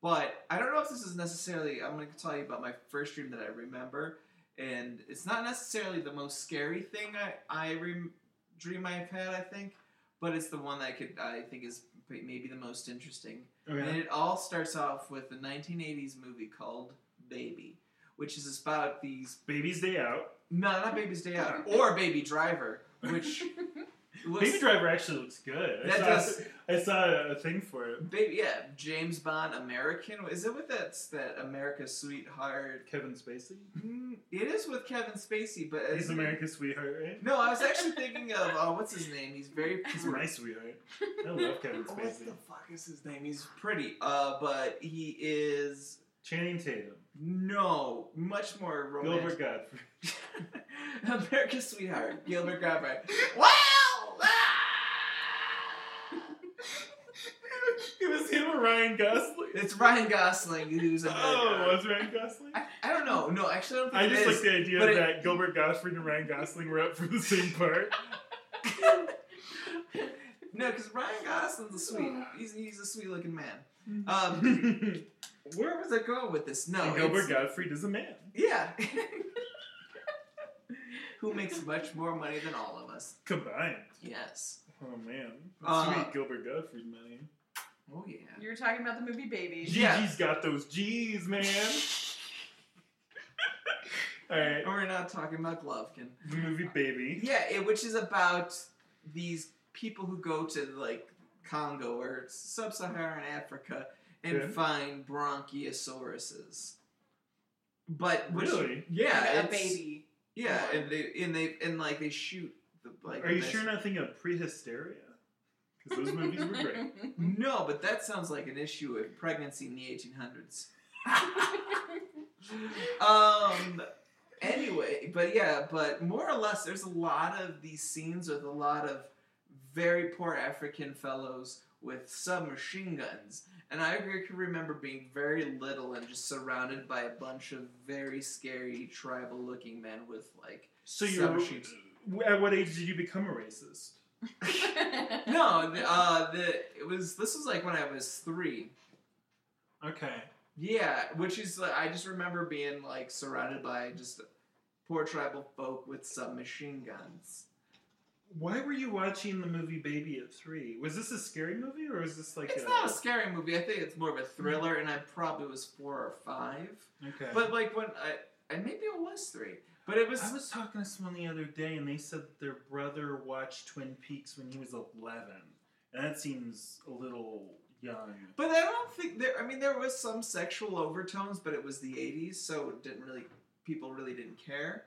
Speaker 2: But I don't know if this is necessarily. I'm going to tell you about my first dream that I remember, and it's not necessarily the most scary thing I I rem- dream I've had. I think, but it's the one that I could I think is maybe the most interesting. And
Speaker 1: Okay.
Speaker 2: it all starts off with a 1980s movie called Baby, which is about these
Speaker 1: Baby's Day Out.
Speaker 2: no, not Baby's Day Out or Baby Driver, which looks,
Speaker 1: Baby Driver actually looks good. I
Speaker 2: that
Speaker 1: saw,
Speaker 2: does
Speaker 1: I saw a, a thing for it.
Speaker 2: Baby yeah James Bond American is it with that that America's Sweetheart?
Speaker 1: Kevin Spacey.
Speaker 2: Mm, It is with Kevin Spacey, but
Speaker 1: He's
Speaker 2: isn't it-
Speaker 1: America's sweetheart, right?
Speaker 2: No, I was actually thinking of uh, what's his name. He's very
Speaker 1: He's
Speaker 2: pretty.
Speaker 1: my sweetheart. I love Kevin
Speaker 2: What the
Speaker 1: Spacey.
Speaker 2: fuck is his name? He's pretty, uh, but he is
Speaker 1: Channing Tatum.
Speaker 2: no much more romantic.
Speaker 1: Gilbert Godfrey.
Speaker 2: America's Sweetheart, Gilbert ah! Godfrey. Wow!
Speaker 1: it was him or Ryan Gosling.
Speaker 2: It's Ryan Gosling who's a
Speaker 1: Oh, was Ryan Gosling?
Speaker 2: I, I don't know. No, actually, I don't think
Speaker 1: I
Speaker 2: it
Speaker 1: just
Speaker 2: is.
Speaker 1: like the idea
Speaker 2: but it-
Speaker 1: that Gilbert Gottfried and Ryan Gosling were up for the same part.
Speaker 2: no, because Ryan Gosling's a sweet. He's, he's a sweet-looking man. Um,
Speaker 1: and
Speaker 2: where was I going with this? No, it's-
Speaker 1: Gilbert Gottfried is a man.
Speaker 2: yeah. Who makes much more money than all of us?
Speaker 1: Combined.
Speaker 2: Yes.
Speaker 1: Oh man.
Speaker 2: Uh,
Speaker 1: Sweet Gilbert Gottfried money.
Speaker 2: Oh yeah.
Speaker 3: You were talking about the movie Baby.
Speaker 1: Gigi's
Speaker 2: yeah.
Speaker 1: got those G's, man. Alright.
Speaker 2: And we're not talking about Glovkin.
Speaker 1: The movie Baby.
Speaker 2: Yeah, it, which is about these people who go to like Congo or sub-Saharan Africa and
Speaker 1: Yeah.
Speaker 2: find bronciosauruses. But which,
Speaker 1: Really?
Speaker 2: Yeah,
Speaker 3: And a
Speaker 2: it's-
Speaker 3: baby.
Speaker 2: Yeah,
Speaker 3: Or-
Speaker 2: and they and they and like they shoot the like.
Speaker 1: Are you
Speaker 2: this-
Speaker 1: sure you're not thinking of Prehysteria? Because those movies were great.
Speaker 2: No, but that sounds like an issue with pregnancy in the 1800s. Um. Anyway, but yeah, but more or less, there's a lot of these scenes with a lot of very poor African fellows with submachine guns, and I re- can remember being very little and just surrounded by a bunch of very scary tribal-looking men with like.
Speaker 1: So you're
Speaker 2: Submachines.
Speaker 1: at what age did you become a racist?
Speaker 2: No, the, uh, the it was this was like when I was three.
Speaker 1: Okay.
Speaker 2: Yeah, which is like, I just remember being like surrounded by just poor tribal folk with submachine guns.
Speaker 1: Why were you watching the movie Baby at three? Was this a scary movie or was this like
Speaker 2: It's
Speaker 1: a
Speaker 2: not a scary movie. I think it's more of a thriller, and I probably was four or five.
Speaker 1: Okay.
Speaker 2: But like when I, and maybe it was three. But it was
Speaker 1: I was talking to someone the other day and they said that their brother watched Twin Peaks when he was eleven. And that seems a little young.
Speaker 2: But I don't think there. I mean, there was some sexual overtones, but it was the '80s, so it didn't really. People really didn't care,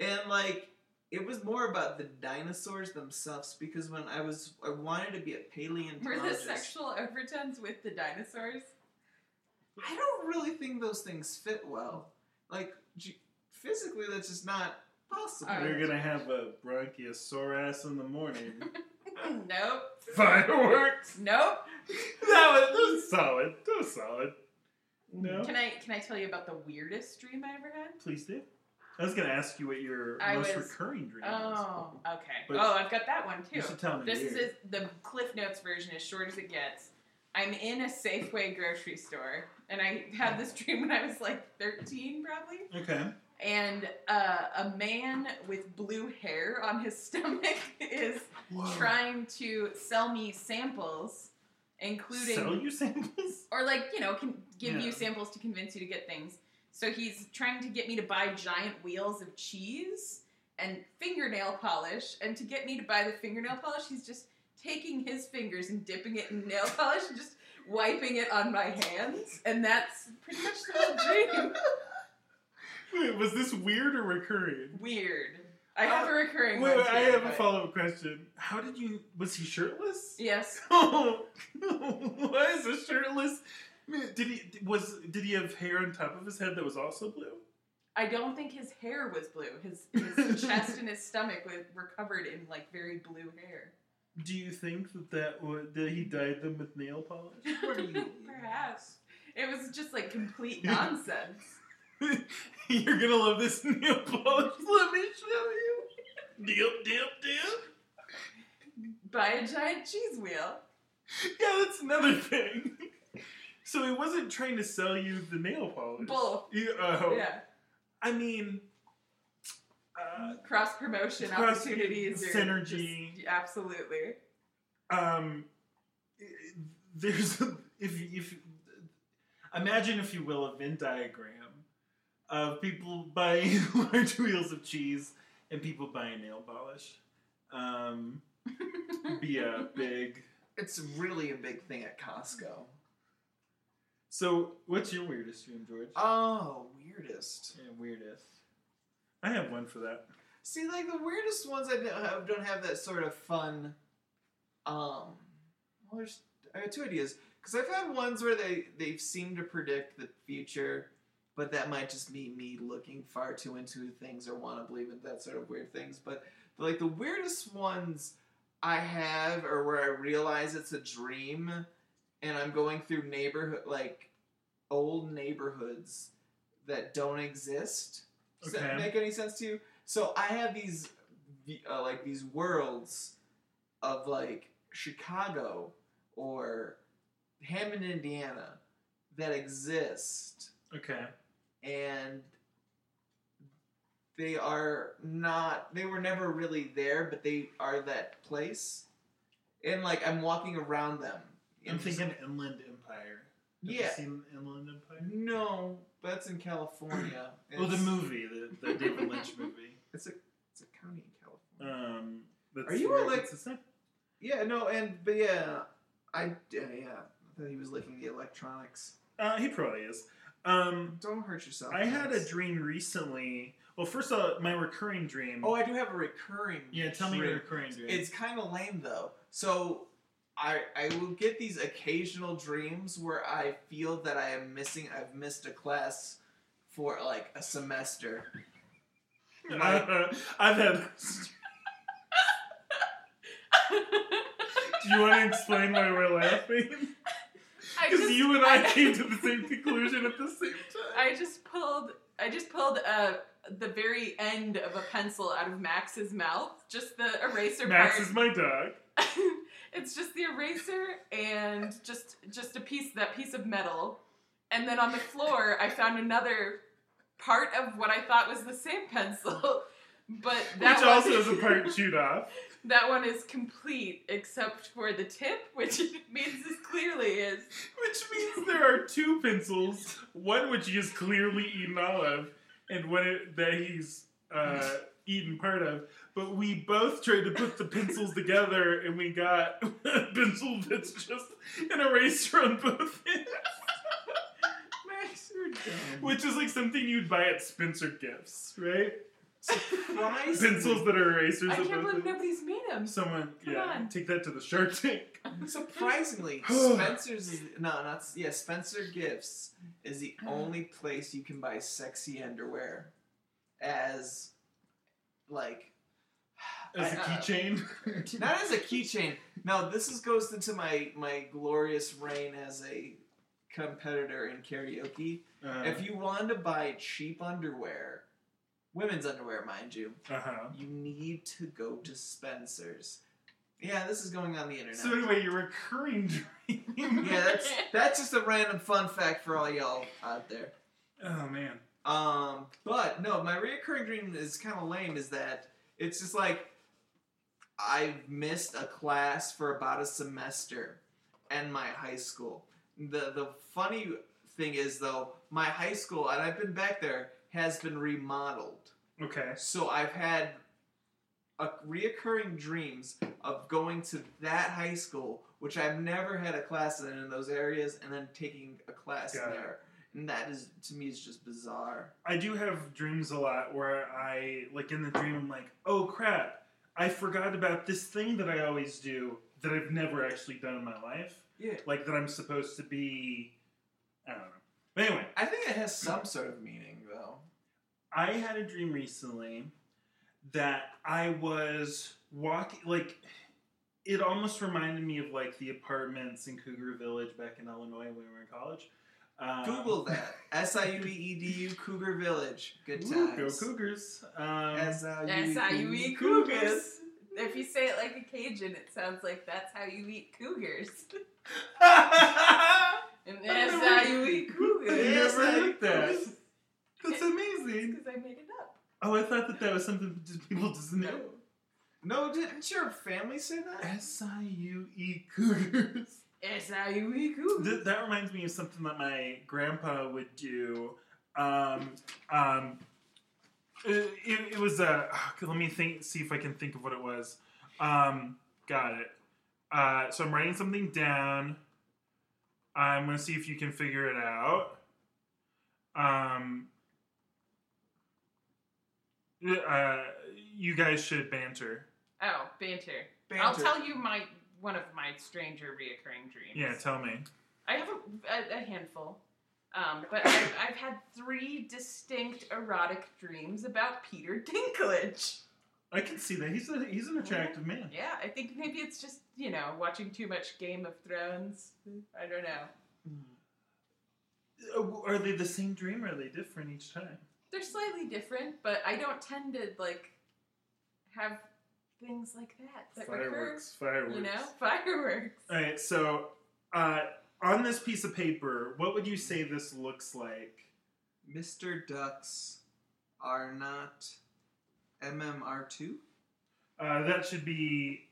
Speaker 2: and like it was more about the dinosaurs themselves. Because when I was, I wanted to be a
Speaker 3: Were the
Speaker 2: paleontologist.
Speaker 3: sexual overtones with the dinosaurs?
Speaker 2: I don't really think those things fit well. Like g- physically, that's just not possible.
Speaker 3: All
Speaker 1: We're
Speaker 3: right.
Speaker 1: gonna have a bronchiosaurus in the morning.
Speaker 3: nope.
Speaker 1: Fireworks.
Speaker 3: Nope.
Speaker 1: That was, that was solid. That was solid. No.
Speaker 3: Can I can I tell you about the weirdest dream I ever had?
Speaker 1: Please do. I was gonna ask you what your
Speaker 3: I
Speaker 1: most
Speaker 3: was-
Speaker 1: recurring dream
Speaker 3: Oh,
Speaker 1: is.
Speaker 3: okay.
Speaker 1: But-
Speaker 3: oh, I've got that one
Speaker 1: You
Speaker 3: too.
Speaker 1: should tell me.
Speaker 3: This is
Speaker 1: yours.
Speaker 3: a, the Cliff Notes version, as short as it gets. I'm in a Safeway grocery store, and I had this dream when I was like 13, probably.
Speaker 1: Okay.
Speaker 3: And uh, a man with blue hair on his stomach is trying to sell me samples, including
Speaker 1: Sell you samples?
Speaker 3: or like you know can give
Speaker 1: Yeah.
Speaker 3: you samples to convince you to get things so he's trying to get me to buy giant wheels of cheese and fingernail polish and to get me to buy the fingernail polish he's just taking his fingers and dipping it in nail polish and just wiping it on my hands and that's pretty much the whole dream
Speaker 1: Wait, was this weird or recurring?
Speaker 3: weird i have a recurring
Speaker 1: Wait, Oh, wait,
Speaker 3: one
Speaker 1: I
Speaker 3: too,
Speaker 1: have a
Speaker 3: but-
Speaker 1: follow up question. How did you. Was he shirtless?
Speaker 3: yes
Speaker 1: Oh, why is a shirtless. man, Did he was did he have hair on top of his head that was also blue?
Speaker 3: i don't think his hair was blue his, his chest and his stomach were, were covered in like very blue hair
Speaker 1: Do you think that that would, that he dyed them with nail polish?
Speaker 2: What do you-
Speaker 3: Perhaps. It was just like complete nonsense.
Speaker 1: You're gonna love this nail polish. Let me show you. Dip, dip, dip.
Speaker 3: Buy a giant cheese wheel.
Speaker 1: Yeah, that's another thing. So he wasn't trying to sell you the nail polish.
Speaker 3: Both.
Speaker 1: You, oh.
Speaker 3: Yeah.
Speaker 1: I mean, Uh,
Speaker 3: Cross promotion
Speaker 1: Cross-
Speaker 3: opportunities, are
Speaker 1: synergy.
Speaker 3: just- absolutely.
Speaker 1: um, i- there's a- if you- if imagine if you will a Venn diagram of people buying large wheels of cheese and people buying nail polish. Um, be a big.
Speaker 2: It's really a big thing at Costco.
Speaker 1: So, what's your weirdest dream, George?
Speaker 2: Oh, weirdest.
Speaker 1: Yeah, weirdest. I have one for that.
Speaker 2: See, like the weirdest ones I don't have, don't have that sort of fun. Um, well, there's I got two ideas because I've had ones where they they seem to predict the future, but that might just be me looking far too into things or want to believe in that sort of weird things. But like the weirdest ones I have or where I realize it's a dream, and I'm going through neighborhood like old neighborhoods that don't exist. Does that
Speaker 1: Okay.
Speaker 2: make any sense to you? So I have these, uh, like these worlds of like Chicago or Hammond, Indiana, that exist,
Speaker 1: Okay.
Speaker 2: and they are not. They were never really there, but they are that place. And like I'm walking around them.
Speaker 1: I'm
Speaker 2: and just-
Speaker 1: thinking Inland Empire. Have you
Speaker 2: Yeah.
Speaker 1: seen Inland Empire?
Speaker 2: No, that's in California.
Speaker 1: Well, the
Speaker 2: It's-
Speaker 1: movie, the, the David Lynch movie.
Speaker 2: It's a it's a county in California.
Speaker 1: Um, that's
Speaker 2: Are you
Speaker 1: where
Speaker 2: a, like-
Speaker 1: it's set.
Speaker 2: Yeah, no, and but yeah, I uh, yeah, I thought he was licking the electronics.
Speaker 1: Uh, he probably is. Um,
Speaker 2: Don't hurt yourself.
Speaker 1: I had a
Speaker 2: Max.
Speaker 1: dream recently. Well, first of all, my recurring dream.
Speaker 2: Oh, I do have a recurring.
Speaker 1: yeah, tell me
Speaker 2: dream.
Speaker 1: your recurring dream.
Speaker 2: It's kind of lame though. So I I will get these occasional dreams where I feel that I am missing. I've missed a class for like a semester. Like,
Speaker 1: Uh, I've had. Do you want to explain why we're laughing?
Speaker 3: I
Speaker 1: Because
Speaker 3: just-
Speaker 1: you and I came to the same conclusion at the same time.
Speaker 3: I just pulled. I just pulled uh, the very end of a pencil out of Max's mouth. Just the eraser
Speaker 1: Max
Speaker 3: part.
Speaker 1: is my dog.
Speaker 3: it's just the eraser and just just a piece that piece of metal. And then on the floor, I found another part of what I thought was the same pencil, but that
Speaker 1: Which
Speaker 3: one,
Speaker 1: also is a part chewed off.
Speaker 3: that one is complete except for the tip, which means this clearly is
Speaker 1: Which means there are two pencils, one which he has clearly eaten all of, and one that he's uh, eaten part of. But we both tried to put the pencils together, and we got a pencil that's just an eraser on both ends,
Speaker 2: Max, you're dumb.
Speaker 1: which is like something you'd buy at Spencer Gifts, right?
Speaker 2: Christ.
Speaker 1: Pencils that are erasers.
Speaker 3: I
Speaker 1: on
Speaker 3: can't
Speaker 1: both
Speaker 3: believe
Speaker 1: ends.
Speaker 3: nobody's made them.
Speaker 1: Someone,
Speaker 3: Come
Speaker 1: yeah,
Speaker 3: on.
Speaker 1: take that to the Shark Tank.
Speaker 2: Surprisingly, Spencer's is, no, not yeah. Spencer Gifts is the only place you can buy sexy underwear as like
Speaker 1: As a
Speaker 2: I- uh,
Speaker 1: keychain.
Speaker 2: not as a keychain. No, this is goes into my my glorious reign as a competitor in karaoke.
Speaker 1: Uh,
Speaker 2: If you wanted to buy cheap underwear, women's underwear, mind you,
Speaker 1: uh-huh.
Speaker 2: you need to go to Spencer's. Yeah, this is going on the internet.
Speaker 1: So anyway, your recurring dream.
Speaker 2: yeah, that's that's just a random fun fact for all y'all out there.
Speaker 1: Oh man.
Speaker 2: Um, but no, my reoccurring dream is kind of lame. Is that it's just like I've missed a class for about a semester in my high school. The the funny thing is though, my high school and I've been back there has been remodeled.
Speaker 1: Okay.
Speaker 2: So I've had a reoccurring dreams of going to that high school, which I've never had a class in in those areas, and then taking a class
Speaker 1: Got it.
Speaker 2: there. And that is to me is just bizarre.
Speaker 1: I do have dreams a lot where I like in the dream I'm like, oh crap, I forgot about this thing that I always do that I've never actually done in my life.
Speaker 2: Yeah.
Speaker 1: Like that I'm supposed to be I don't know. But anyway,
Speaker 2: I think it has some sort of meaning though.
Speaker 1: I had a dream recently that I was walking like it almost reminded me of like the apartments in Cougar Village back in Illinois when we were in college. Um,
Speaker 2: Google that. S I U E E D U Cougar Village. Good
Speaker 1: Woo, go
Speaker 2: times.
Speaker 1: Cougars. Um,
Speaker 3: That's
Speaker 2: S-I-U-E
Speaker 3: how you eat E cougars. If you say it like a Cajun, it sounds like that's how you eat cougars. And that's
Speaker 1: never-
Speaker 3: how you eat
Speaker 1: I
Speaker 3: cougars.
Speaker 2: Yes,
Speaker 1: never
Speaker 2: I-
Speaker 1: heard that. That's amazing.
Speaker 3: Because I made it up.
Speaker 1: Oh, I thought that that was that's something that people just know.
Speaker 2: No, didn't your family say that?
Speaker 1: S I U E cougars.
Speaker 3: It's how you eat cool.
Speaker 1: Th- that reminds me of something that my grandpa would do. Um, um, it, it, it was a. ah, let me think. See if I can think of what it was. Um, got it. Uh, so I'm writing something down. I'm gonna see if you can figure it out. Um, uh, you guys should banter.
Speaker 3: Oh, banter.
Speaker 2: Banter.
Speaker 3: I'll tell you my one of my stranger reoccurring dreams.
Speaker 1: Yeah, tell me.
Speaker 3: I have a, a, a handful, um, but I've, I've had three distinct erotic dreams about Peter Dinklage.
Speaker 1: I can see that he's a he's an attractive man.
Speaker 3: Yeah, I think maybe it's just you know watching too much Game of Thrones. I don't know.
Speaker 1: Uh, Are they the same dream or are they different each time?
Speaker 3: They're slightly different, but I don't tend to like have things like that that
Speaker 1: Fireworks, fireworks.
Speaker 3: recur. You know, fireworks.
Speaker 1: All right, so uh, on this piece of paper, what would you say this looks like?
Speaker 2: Mr. Ducks are not MMR2?
Speaker 1: Uh, that should be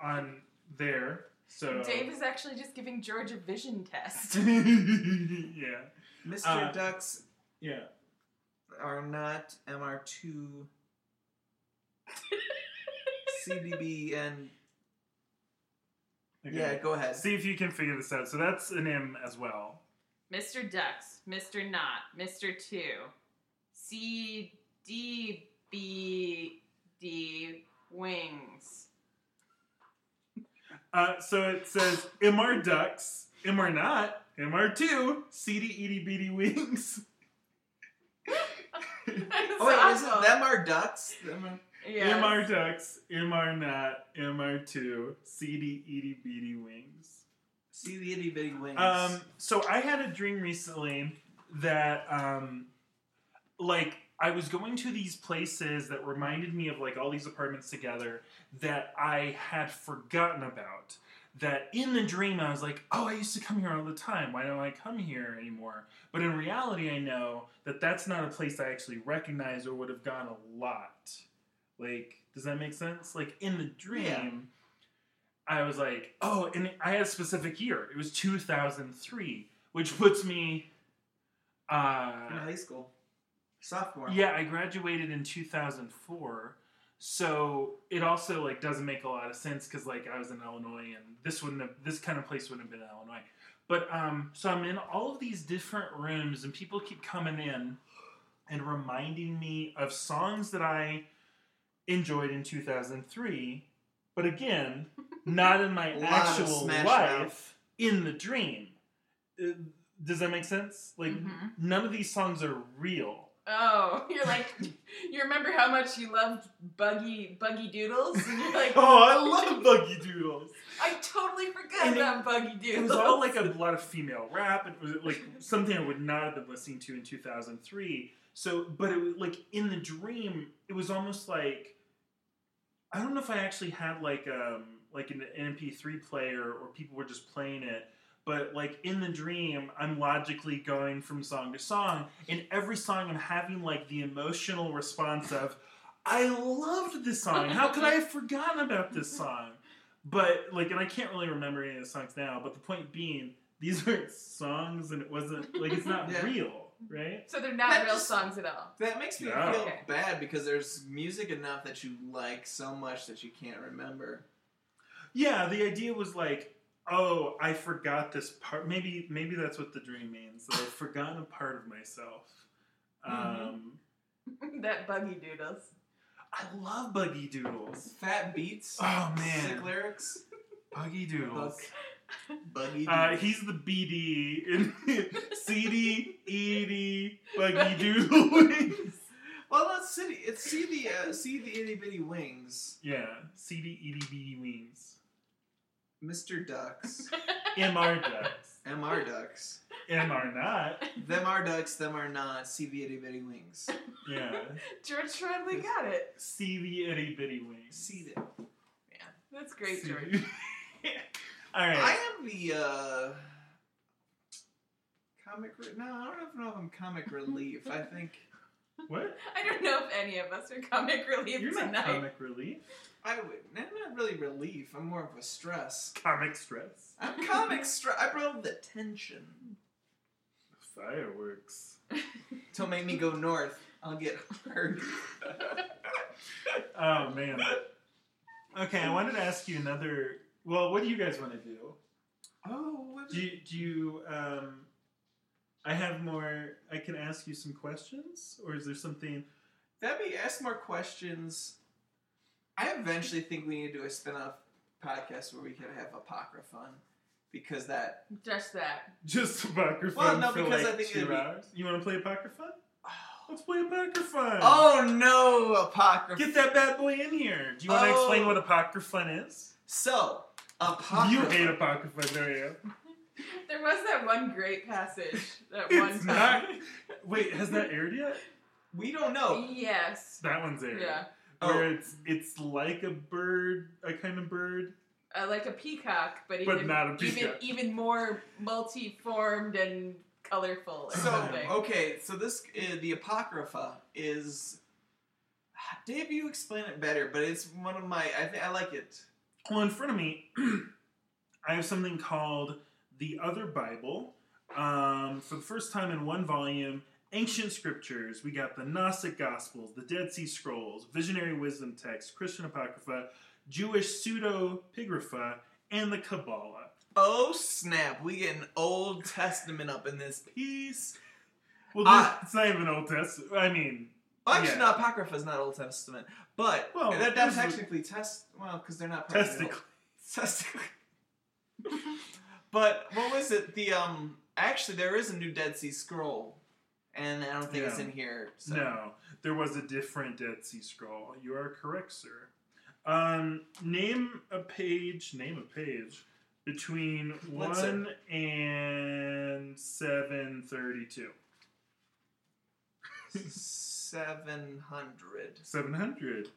Speaker 1: on there. So
Speaker 3: Dave is actually just giving George a vision test.
Speaker 1: yeah,
Speaker 2: Mr.
Speaker 1: Uh,
Speaker 2: Ducks
Speaker 1: yeah.
Speaker 2: are not MR2 CDB and.
Speaker 1: Okay.
Speaker 2: Yeah, go ahead.
Speaker 1: See if you can figure this out. So that's an M as well.
Speaker 3: Mr. Ducks, Mr. Not, Mr. Two, C D B D Wings.
Speaker 1: Uh, so it says MR ducks, MR not, MR two, E CD itty bitty wings.
Speaker 2: Oh, wait, isn't them are ducks? Them are-
Speaker 3: Yes.
Speaker 1: MR ducks, MR not, MR two, E CD itty bitty wings.
Speaker 2: See the itty bitty wings.
Speaker 1: Um, so I had a dream recently that, um, like, I was going to these places that reminded me of like all these apartments together that I had forgotten about. That in the dream I was like, oh, I used to come here all the time. Why don't I come here anymore? But in reality, I know that that's not a place I actually recognize or would have gone a lot. Like, does that make sense? Like in the dream.
Speaker 2: Yeah.
Speaker 1: I was like, oh, and I had a specific year. It was 2003, which puts me.
Speaker 2: in
Speaker 1: Uh,
Speaker 2: high school. Sophomore.
Speaker 1: yeah, I graduated in 2004, so it also like doesn't make a lot of sense because like I was in Illinois, and this wouldn't have this kind of place wouldn't have been in Illinois. But um, so I'm in all of these different rooms, and people keep coming in and reminding me of songs that I enjoyed in 2003, but again, not in my
Speaker 2: Lot of
Speaker 1: actual
Speaker 2: Smash
Speaker 1: life, in the dream. Uh, Does that make sense? Like,
Speaker 2: Mm-hmm.
Speaker 3: Mhm.
Speaker 1: none of these songs are real.
Speaker 3: Oh, you're like, you remember how much you loved Buggy Buggy Doodles, and you're like,
Speaker 1: Oh, I love Buggy Doodles.
Speaker 3: I totally forgot
Speaker 1: And it-
Speaker 3: about Buggy
Speaker 1: It
Speaker 3: Doodles.
Speaker 1: was all like a lot of female rap. and It was like something I would not have been listening to in 2003. So, but it was like in the dream, it was almost like I don't know if I actually had like um like an MP3 player or people were just playing it. But like in the dream, I'm logically going from song to song, and every song I'm having like the emotional response of, "I loved this song. How could I have forgotten about this song?" But like, and I can't really remember any of the songs now. But the point being, these weren't songs, and it wasn't like it's not
Speaker 2: Yeah.
Speaker 1: real, right?
Speaker 3: so they're not
Speaker 2: That
Speaker 3: real
Speaker 2: just-
Speaker 3: songs at all.
Speaker 2: That makes me
Speaker 1: No.
Speaker 2: feel
Speaker 3: Okay.
Speaker 2: bad because there's music enough that you like so much that you can't remember.
Speaker 1: Yeah, the idea was like, oh, I forgot this part. Maybe maybe that's what the dream means. That I've forgotten a part of myself. Um,
Speaker 3: that Buggy Doodles.
Speaker 1: I love Buggy Doodles.
Speaker 2: Fat beats,
Speaker 1: Oh
Speaker 2: sick
Speaker 1: man,
Speaker 2: lyrics,
Speaker 1: Buggy Doodles.
Speaker 2: Buck, buggy.
Speaker 1: Uh,
Speaker 2: doodles.
Speaker 1: he's the BD in CD ED Buggy Doodle Wings.
Speaker 2: well, that's city. It's see the uh, see the itty bitty wings,
Speaker 1: Yeah, E CD ED BD Wings.
Speaker 2: Mr. Ducks,
Speaker 1: MR ducks.
Speaker 2: Mr. Ducks,
Speaker 1: MR not.
Speaker 2: them are ducks, them are not. See the itty bitty wings.
Speaker 1: Yeah. E
Speaker 3: George finally got it.
Speaker 1: CD itty bitty wings.
Speaker 2: See the.
Speaker 3: That's great,
Speaker 1: CD.
Speaker 3: George.
Speaker 1: All right.
Speaker 2: I am the uh, comic. Re- no, I don't know if I'm comic relief. I think
Speaker 1: What?
Speaker 3: I don't know if any of us are comic relief
Speaker 1: You're not
Speaker 3: tonight.
Speaker 1: comic relief.
Speaker 2: I would. I'm not really relief. I'm more of a stress.
Speaker 1: Comic stress.
Speaker 2: I'm comic stress. I brought the tension.
Speaker 1: Fireworks.
Speaker 2: Don't make me go north. I'll get hurt.
Speaker 1: Oh man. Okay, I wanted to ask you another. Well, what do you guys want to do?
Speaker 2: oh, what?
Speaker 1: Do you, do you? Um, I have more. I can ask you some questions, or is there something?
Speaker 2: That'd be ask more questions. I eventually think we need to do a spin-off podcast where we could have Apocryphon because that
Speaker 3: Just that.
Speaker 1: Just apocryphon
Speaker 2: Well, no,
Speaker 1: for
Speaker 2: because
Speaker 1: like
Speaker 2: I think
Speaker 1: two
Speaker 2: it'd be-
Speaker 1: hours. You want to play apocryphon? Let's play apocryphon.
Speaker 2: Oh no, Apocryphon.
Speaker 1: Get that bad boy in here. Do you want to
Speaker 2: Oh.
Speaker 1: explain what apocryphon is?
Speaker 2: So, Apocryphon.
Speaker 1: You hate apocryphon, don't you?
Speaker 3: There was that one great passage. That one
Speaker 1: It's
Speaker 3: time.
Speaker 1: not. Wait, has that aired yet?
Speaker 2: We don't know.
Speaker 3: Yes.
Speaker 1: That one's aired.
Speaker 3: Yeah.
Speaker 1: Where
Speaker 2: Oh.
Speaker 1: it's it's like a bird, a kind of bird.
Speaker 3: Uh, like a peacock, but
Speaker 1: But
Speaker 3: even
Speaker 1: not a
Speaker 3: even,
Speaker 1: peacock.
Speaker 3: even more multi-formed and colorful or
Speaker 2: So
Speaker 3: something.
Speaker 2: okay, so this uh, the Apocrypha is. Dave, you explain it better, but it's one of my. I think I like it.
Speaker 1: Well, in front of me, I have something called the Other Bible. Um, for the first time in one volume, ancient scriptures. We got the Gnostic Gospels, the Dead Sea Scrolls, visionary wisdom texts, Christian Apocrypha, Jewish pseudepigrapha, and the Kabbalah.
Speaker 2: Oh snap! We get an Old Testament up in this piece.
Speaker 1: Well, this,
Speaker 2: Ah.
Speaker 1: it's not even Old Testament. I mean,
Speaker 2: Well, actually,
Speaker 1: Yeah.
Speaker 2: no, Apocrypha is not Old Testament, but
Speaker 1: Well,
Speaker 2: that, that's
Speaker 1: this is-
Speaker 2: technically test. Well, because they're not part of the Old-
Speaker 1: testicles.
Speaker 2: testically. but what was it? The um, actually, there is a new Dead Sea Scroll, and I don't think it's
Speaker 1: Yeah.
Speaker 2: in here. So.
Speaker 1: No, there was a different Dead Sea Scroll. You are correct, sir. Um, name a page. Name a page between
Speaker 2: Let's
Speaker 1: one and seven thirty-two.
Speaker 2: seven hundred.
Speaker 1: Seven hundred.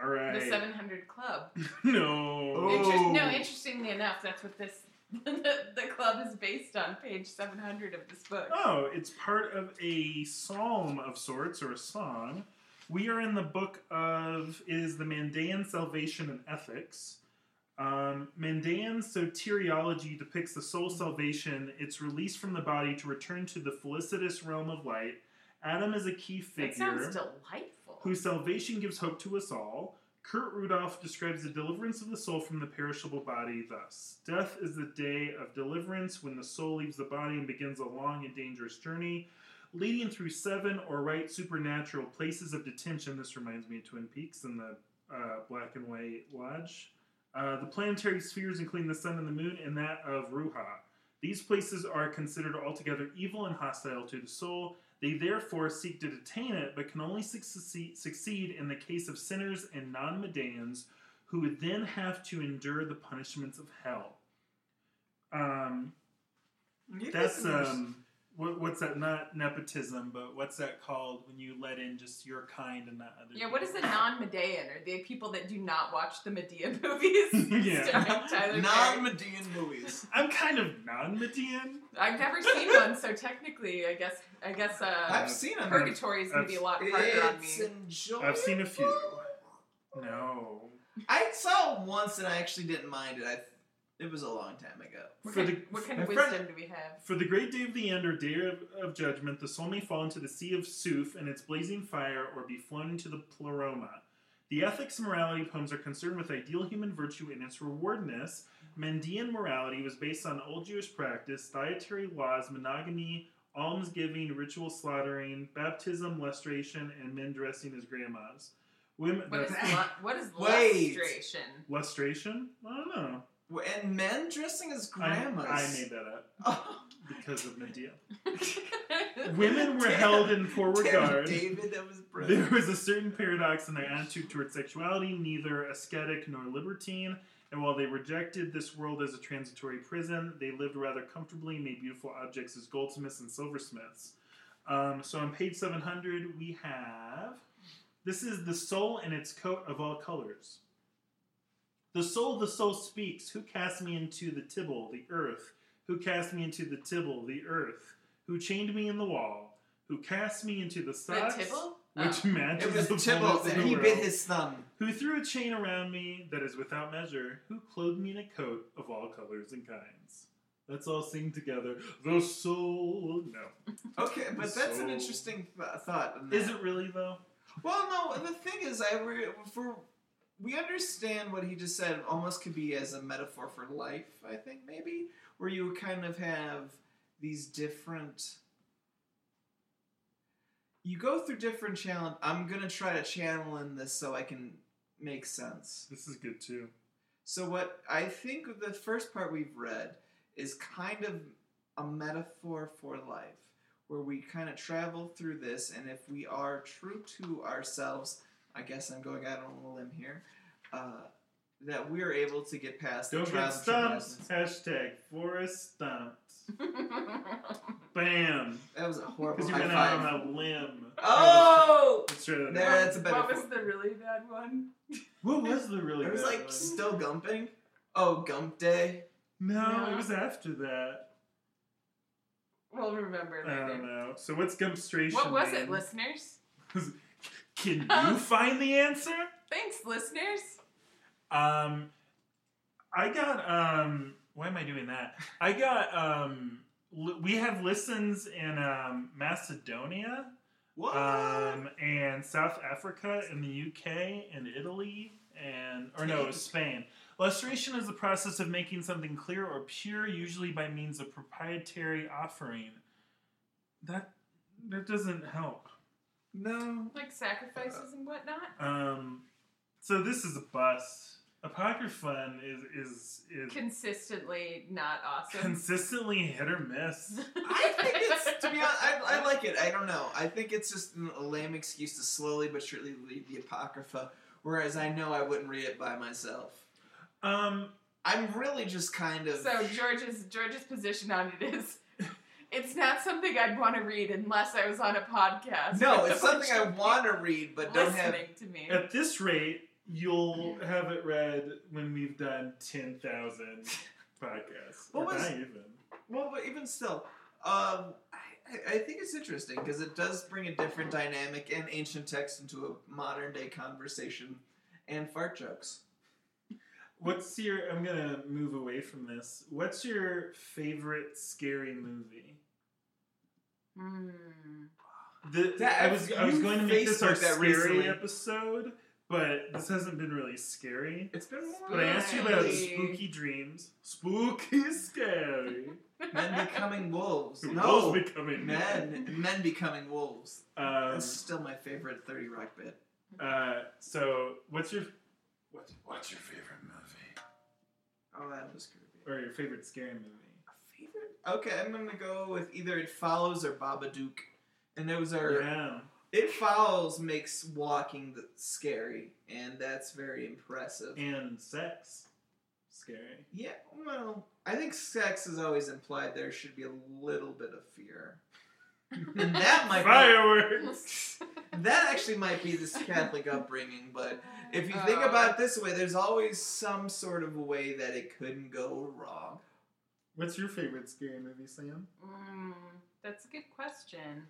Speaker 1: All
Speaker 3: the
Speaker 1: right.
Speaker 3: 700 Club.
Speaker 1: no.
Speaker 3: Inter- no,
Speaker 2: Oh.
Speaker 3: interestingly enough, that's what this the, the club is based on. Page 700 of this book.
Speaker 1: Oh, it's part of a psalm of sorts or a song. We are in the book of it is the Mandaean Salvation and Ethics. Um, Mandaean soteriology depicts the soul's salvation, its release from the body to return to the felicitous realm of light. Adam is a key
Speaker 3: that
Speaker 1: figure
Speaker 3: sounds delightful.
Speaker 1: whose salvation gives hope to us all. Kurt Rudolph describes the deliverance of the soul from the perishable body thus Death is the day of deliverance when the soul leaves the body and begins a long and dangerous journey, leading through seven or right supernatural places of detention. This reminds me of Twin Peaks and the uh, Black and White Lodge. Uh, the planetary spheres, including the sun and the moon, and that of Ruha. These places are considered altogether evil and hostile to the soul, they therefore seek to detain it, but can only succeed, succeed in the case of sinners and non Medeans, who would then have to endure the punishments of hell. Um, that's um, what, what's that? Not nepotism, but what's that called when you let in just your kind and not other?
Speaker 3: yeah, what is the
Speaker 1: people?
Speaker 3: non-Medean? Are they people that do not watch the Medea movies?
Speaker 1: Yeah.
Speaker 3: Starring Tyler Perry.
Speaker 2: non-Medean movies.
Speaker 1: I'm kind of non-Median.
Speaker 3: I've never seen one, so technically, I guess I guess uh,
Speaker 2: I've seen them.
Speaker 3: purgatory is gonna be a lot harder on me.
Speaker 2: It's enjoyable.
Speaker 1: I've seen a few. No,
Speaker 2: I saw it once and I actually didn't mind it. I it was a long time ago.
Speaker 3: What
Speaker 1: for
Speaker 3: kind,
Speaker 1: the-
Speaker 3: what kind of
Speaker 2: my friend-
Speaker 3: wisdom do we have?
Speaker 1: For the great day of the end or day of, of judgment, the soul may fall into the sea of Suf and its blazing fire, or be flown into the Pleroma. The ethics and morality poems are concerned with ideal human virtue and its rewardness. Mandean morality was based on old Jewish practice, dietary laws, monogamy, almsgiving, ritual slaughtering, baptism, lustration, and men dressing as grandmas. Women,
Speaker 3: What is
Speaker 1: that's-
Speaker 3: lu- what is
Speaker 2: Wait.
Speaker 3: lustration?
Speaker 1: lustration? I don't know.
Speaker 2: Well, And men dressing as
Speaker 1: I-
Speaker 2: grandmas.
Speaker 1: I made that up
Speaker 2: Oh,
Speaker 1: because of Medea. Women were
Speaker 2: Damn.
Speaker 1: held in poor
Speaker 2: Terry
Speaker 1: regard.
Speaker 2: David, that was
Speaker 1: There
Speaker 2: brilliant.
Speaker 1: was a certain paradox in their attitude toward sexuality, neither ascetic nor libertine, and while they rejected this world as a transitory prison, they lived rather comfortably and made beautiful objects as goldsmiths and silversmiths. Um, so on page 700, we have this is the soul in its coat of all colors. The soul, the soul speaks. Who cast me into the Tibble, the earth? Who cast me into the Tibble, the earth? Who chained me in the wall? who cast me into the
Speaker 3: The
Speaker 1: stocks,
Speaker 3: Tibble?
Speaker 1: which
Speaker 3: Oh.
Speaker 1: matches
Speaker 2: Ah, It was
Speaker 1: the
Speaker 2: Tibbles,
Speaker 1: fullness of
Speaker 2: and
Speaker 1: the
Speaker 2: he
Speaker 1: world,
Speaker 2: bit his thumb.
Speaker 1: who threw a chain around me that is without measure, who clothed me in a coat of all colors and kinds. Let's all sing together. The soul. No,
Speaker 2: Okay, but that's
Speaker 1: So-
Speaker 2: an interesting th- thought. on
Speaker 1: is
Speaker 2: that.
Speaker 1: it really though?
Speaker 2: Well, no. The thing is, I re- for we understand what he just said almost could be as a metaphor for life. I think maybe where you kind of have these different. You go through different challenge. I'm gonna try to channel in this so I can make sense.
Speaker 1: This is good too.
Speaker 2: So what I think the first part we've read is kind of a metaphor for life, where we kind of travel through this, and if we are true to ourselves, I guess I'm going out on a limb here, uh, that we are able to get past
Speaker 1: Don't
Speaker 2: the
Speaker 1: get
Speaker 2: trials and
Speaker 1: stumped.
Speaker 2: tribulations.
Speaker 1: Hashtag Forrest stumped. Bam.
Speaker 2: That was a horrible
Speaker 1: Because you
Speaker 2: high
Speaker 1: went
Speaker 2: five.
Speaker 1: out on a limb.
Speaker 2: Oh,
Speaker 1: Let's try that
Speaker 2: There,
Speaker 1: again.
Speaker 2: that's a better
Speaker 3: What was
Speaker 2: point.
Speaker 3: the really bad one?
Speaker 1: What was the really?
Speaker 2: it was
Speaker 1: bad
Speaker 2: like
Speaker 1: one?
Speaker 2: still gumping. Oh, gump day.
Speaker 1: no,
Speaker 3: No.
Speaker 1: it was after that.
Speaker 3: We'll remember
Speaker 1: I
Speaker 3: later.
Speaker 1: don't know. So what's gumpstration?
Speaker 3: What was
Speaker 1: mean?
Speaker 3: it, listeners?
Speaker 1: Can you find the answer?
Speaker 3: Thanks, listeners.
Speaker 1: Um, I got um. Why am I doing that? I got um. Li- we have listens in um, Macedonia,
Speaker 2: What?
Speaker 1: um, and South Africa, and the UK, and Italy, and or no, it was Spain. Lustration is the process of making something clear or pure, usually by means of proprietary offering. That that doesn't help.
Speaker 2: no.
Speaker 3: Like sacrifices and whatnot.
Speaker 1: Um, so this is a bust. Apocryphon is is is
Speaker 3: Consistently not awesome.
Speaker 1: consistently hit or miss.
Speaker 2: I think it's to be honest. I, I like it. I don't know. I think it's just an- a lame excuse to slowly but surely read the apocrypha. Whereas I know I wouldn't read it by myself.
Speaker 1: Um,
Speaker 2: I'm really just kind of.
Speaker 3: So George's George's position on it is, it's not something I'd want to read unless I was on a podcast.
Speaker 2: no,
Speaker 3: with
Speaker 2: it's
Speaker 3: a bunch
Speaker 2: something I
Speaker 3: of
Speaker 2: want to read, but
Speaker 3: people
Speaker 2: don't have.
Speaker 3: listening to me.
Speaker 1: at this rate, you'll have it read when we've done ten thousand podcasts. Or
Speaker 2: What was-
Speaker 1: not even.
Speaker 2: Well, but even still, um, I, I- I think it's interesting because it does bring a different dynamic and ancient text into a modern day conversation and fart jokes.
Speaker 1: What's your? I'm gonna move away from this. What's your favorite scary movie?
Speaker 3: Hmm.
Speaker 1: The,
Speaker 2: That-
Speaker 1: I was I was
Speaker 2: you
Speaker 1: going to make this our
Speaker 2: Facebooked that
Speaker 1: scary
Speaker 2: recently.
Speaker 1: episode, but this hasn't been really scary.
Speaker 2: It's been more.
Speaker 1: But I asked you about
Speaker 3: Spooky.
Speaker 1: spooky dreams. Spooky scary.
Speaker 2: men becoming wolves.
Speaker 1: Who
Speaker 2: No,
Speaker 1: knows becoming
Speaker 2: men, men becoming wolves.
Speaker 1: Um,
Speaker 2: That's still my favorite 30 Rock bit.
Speaker 1: uh, so what's your what's, what's your favorite movie
Speaker 2: Oh, that was creepy.
Speaker 1: or your favorite scary movie?
Speaker 2: Favorite? Okay, I'm gonna go with either It Follows or Babadook. And those are.
Speaker 1: Yeah.
Speaker 2: It Follows makes walking th- scary, and that's very impressive.
Speaker 1: And sex. Scary.
Speaker 2: yeah, well, I think sex is always implied. There should be a little bit of fear. And that might
Speaker 1: Fireworks.
Speaker 2: be. That actually might be this Catholic upbringing, but if you
Speaker 3: Uh,
Speaker 2: think about it this way, there's always some sort of way that it couldn't go wrong.
Speaker 1: what's your favorite scary movie, Sam?
Speaker 3: Mm, that's a good question.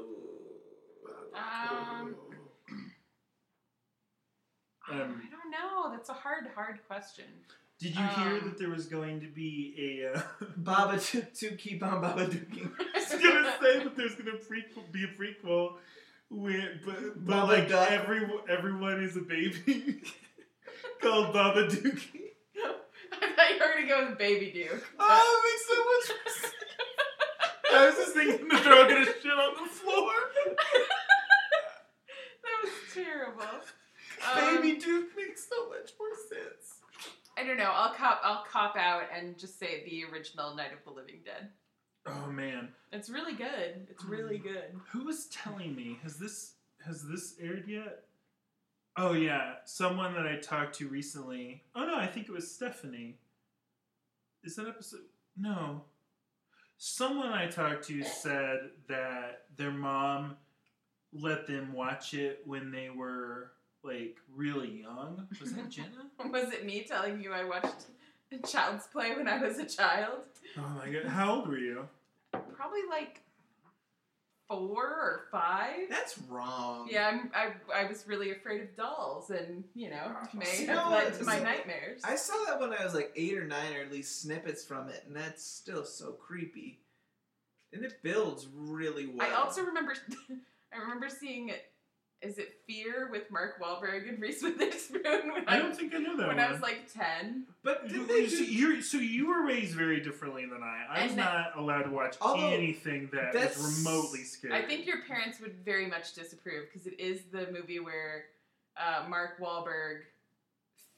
Speaker 2: Babadook.
Speaker 3: Um,
Speaker 1: Um,
Speaker 3: I don't know. That's a hard, hard question.
Speaker 1: Did you hear
Speaker 3: Um,
Speaker 1: that there was going to be a? Uh,
Speaker 2: Babadook to keep on Babadooking.
Speaker 1: I was gonna say that there's gonna prequel, be a prequel, where, but, but
Speaker 2: Baba
Speaker 1: like
Speaker 2: Duck.
Speaker 1: every, everyone is a baby called Baba Dookie.
Speaker 3: I thought you were gonna go with Baby Duke.
Speaker 2: Ah,
Speaker 1: Oh, it makes so much sense. I was just thinking that they're all gonna shit on the floor.
Speaker 3: That was terrible.
Speaker 2: Baby
Speaker 3: Um,
Speaker 2: Duke makes so much more sense.
Speaker 3: I don't know. I'll cop. I'll cop out and just say the original Night of the Living Dead.
Speaker 1: Oh man,
Speaker 3: It's really good. It's really
Speaker 2: Mm.
Speaker 3: good.
Speaker 1: who was telling me? Has this has this aired yet? Oh yeah, someone that I talked to recently. Oh no, I think it was Stephanie. Is that episode? No. Someone I talked to said that their mom let them watch it when they were like really young. Was that Jenna?
Speaker 3: Was it me telling you I watched Child's Play when I was a child?
Speaker 1: Oh my god, how old were you?
Speaker 3: Probably like four or five.
Speaker 2: That's wrong.
Speaker 3: Yeah, I'm, I I was really afraid of dolls, and you know, may
Speaker 2: No,
Speaker 3: have led to
Speaker 2: it's-
Speaker 3: my nightmares.
Speaker 2: I saw that when I was like eight or nine, or at least snippets from it, and that's still so creepy. And it builds really well.
Speaker 3: I also remember, I remember seeing, is it Fear with Mark Wahlberg and Reese Witherspoon when
Speaker 1: I
Speaker 3: I,
Speaker 1: don't think I knew that
Speaker 3: when
Speaker 1: one.
Speaker 3: I was like ten.
Speaker 2: but
Speaker 1: You-
Speaker 2: did they
Speaker 1: so,
Speaker 2: do-
Speaker 1: you so you were raised very differently than I. I was
Speaker 3: And that-
Speaker 1: not allowed to watch
Speaker 2: Although,
Speaker 1: anything that
Speaker 2: that's-
Speaker 1: was remotely scary.
Speaker 3: I think your parents would very much disapprove because it is the movie where uh, Mark Wahlberg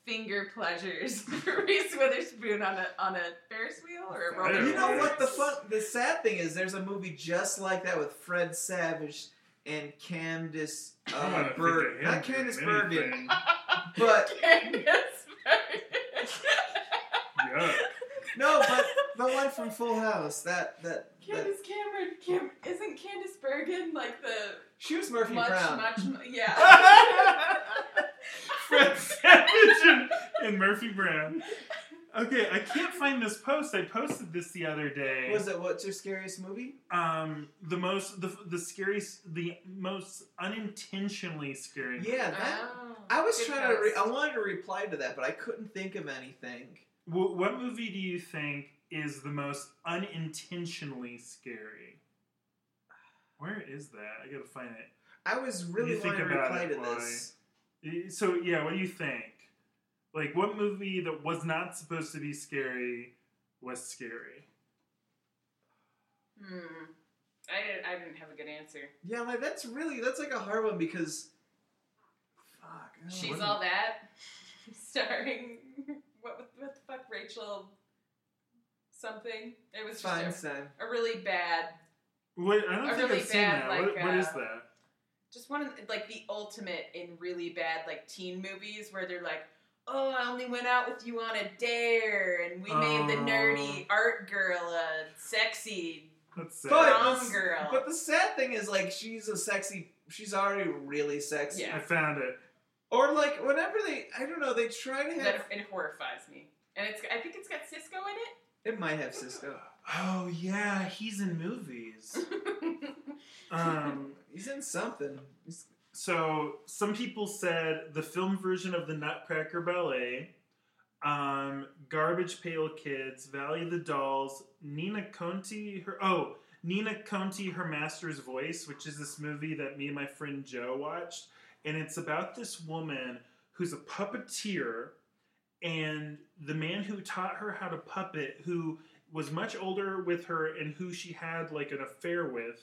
Speaker 3: finger pleasures Reese Witherspoon on a on a Ferris wheel or a roller.
Speaker 2: You know
Speaker 1: Right.
Speaker 2: what the fun the sad thing is there's a movie just like that with Fred Savage and Candace
Speaker 1: I don't
Speaker 2: uh,
Speaker 1: think
Speaker 2: Berg
Speaker 1: they
Speaker 2: not
Speaker 1: have
Speaker 2: Candace
Speaker 1: anything.
Speaker 2: Bergen but
Speaker 3: Candace
Speaker 1: yeah.
Speaker 2: no but the one from Full House that that, that
Speaker 3: Candace Cameron, Cam- isn't Candace Bergen like the
Speaker 2: she was Murphy
Speaker 3: much,
Speaker 2: Brown
Speaker 3: much, mu- yeah.
Speaker 1: Fred Savage and, and Murphy Brown. Okay, I can't find this post. I posted this the other day.
Speaker 2: was it what's your scariest movie
Speaker 1: um the most the the scariest the most unintentionally scary?
Speaker 2: yeah that
Speaker 3: Oh,
Speaker 2: I was
Speaker 3: good
Speaker 2: trying to re-
Speaker 3: post.
Speaker 2: I wanted to reply to that but I couldn't think of anything
Speaker 1: Wh- what movie do you think is the most unintentionally scary? Where is that? I gotta find it.
Speaker 2: I was really
Speaker 1: You think
Speaker 2: wanting to
Speaker 1: about
Speaker 2: reply
Speaker 1: it,
Speaker 2: to this
Speaker 1: So yeah, what do you think? Like what movie that was not supposed to be scary was scary?
Speaker 3: Hmm. I didn't. I didn't have a good answer.
Speaker 2: yeah like that's really that's like a hard one because fuck I don't
Speaker 3: She's
Speaker 2: know.
Speaker 1: wouldn't-
Speaker 3: all that, starring what, what the fuck, Rachel something. It was just
Speaker 2: Feinstein
Speaker 3: a, a really bad,
Speaker 1: What I don't
Speaker 3: A
Speaker 1: think
Speaker 3: really
Speaker 1: I've seen
Speaker 3: bad,
Speaker 1: that.
Speaker 3: like,
Speaker 1: what, what is
Speaker 3: uh,
Speaker 1: that?
Speaker 3: just one of the- like the ultimate in really bad like teen movies where they're like. Oh, I only went out with you on a dare, and we made the
Speaker 1: Oh.
Speaker 3: nerdy art girl a sexy
Speaker 1: That's sad.
Speaker 2: But-
Speaker 3: prom
Speaker 2: that's-
Speaker 3: girl.
Speaker 2: But the sad thing is, like, she's a sexy. She's already really sexy.
Speaker 3: Yeah.
Speaker 1: I found it.
Speaker 2: Or like, whenever they, I don't know, they try to have.
Speaker 3: that it horrifies me. And it's I think it's got Cisco in
Speaker 2: It might have Cisco.
Speaker 1: Oh yeah, he's in movies.
Speaker 3: it.
Speaker 1: um
Speaker 2: He's in something. He's-
Speaker 1: So some people said the film version of the Nutcracker Ballet, um, Garbage Pail Kids, Valley of the Dolls, Nina Conti, her oh Nina Conti, her master's voice, which is this movie that me and my friend Joe watched, and it's about this woman who's a puppeteer, and the man who taught her how to puppet, who was much older with her and who she had like an affair with,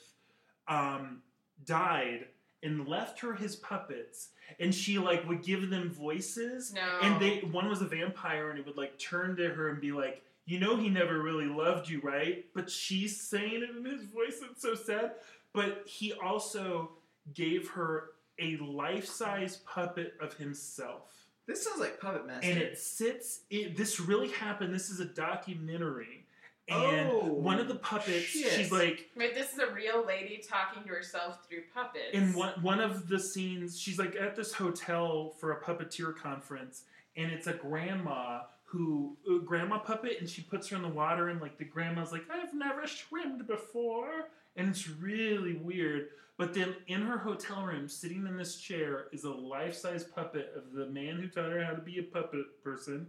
Speaker 1: um, died and left her his puppets and she like would give them voices
Speaker 3: no.
Speaker 2: Um,
Speaker 1: and they one was a vampire and it would like turn to her and be like you know he never really loved you right but she's saying it in his voice it's so sad but he also gave her a life-size puppet of himself
Speaker 2: This sounds like Puppet Master.
Speaker 1: and it sits it, this really happened this is a documentary and
Speaker 2: Oh,
Speaker 1: one of the puppets
Speaker 2: shit.
Speaker 1: she's like
Speaker 3: Wait, this is a real lady talking to herself through puppets.
Speaker 1: in one one of the scenes, she's like at this hotel for a puppeteer conference, and it's a grandma who uh, grandma puppet, and she puts her in the water, and like the grandma's like, "I've never swimmed before," and it's really weird. But then in her hotel room, sitting in this chair, is a life size puppet of the man who taught her how to be a puppet person,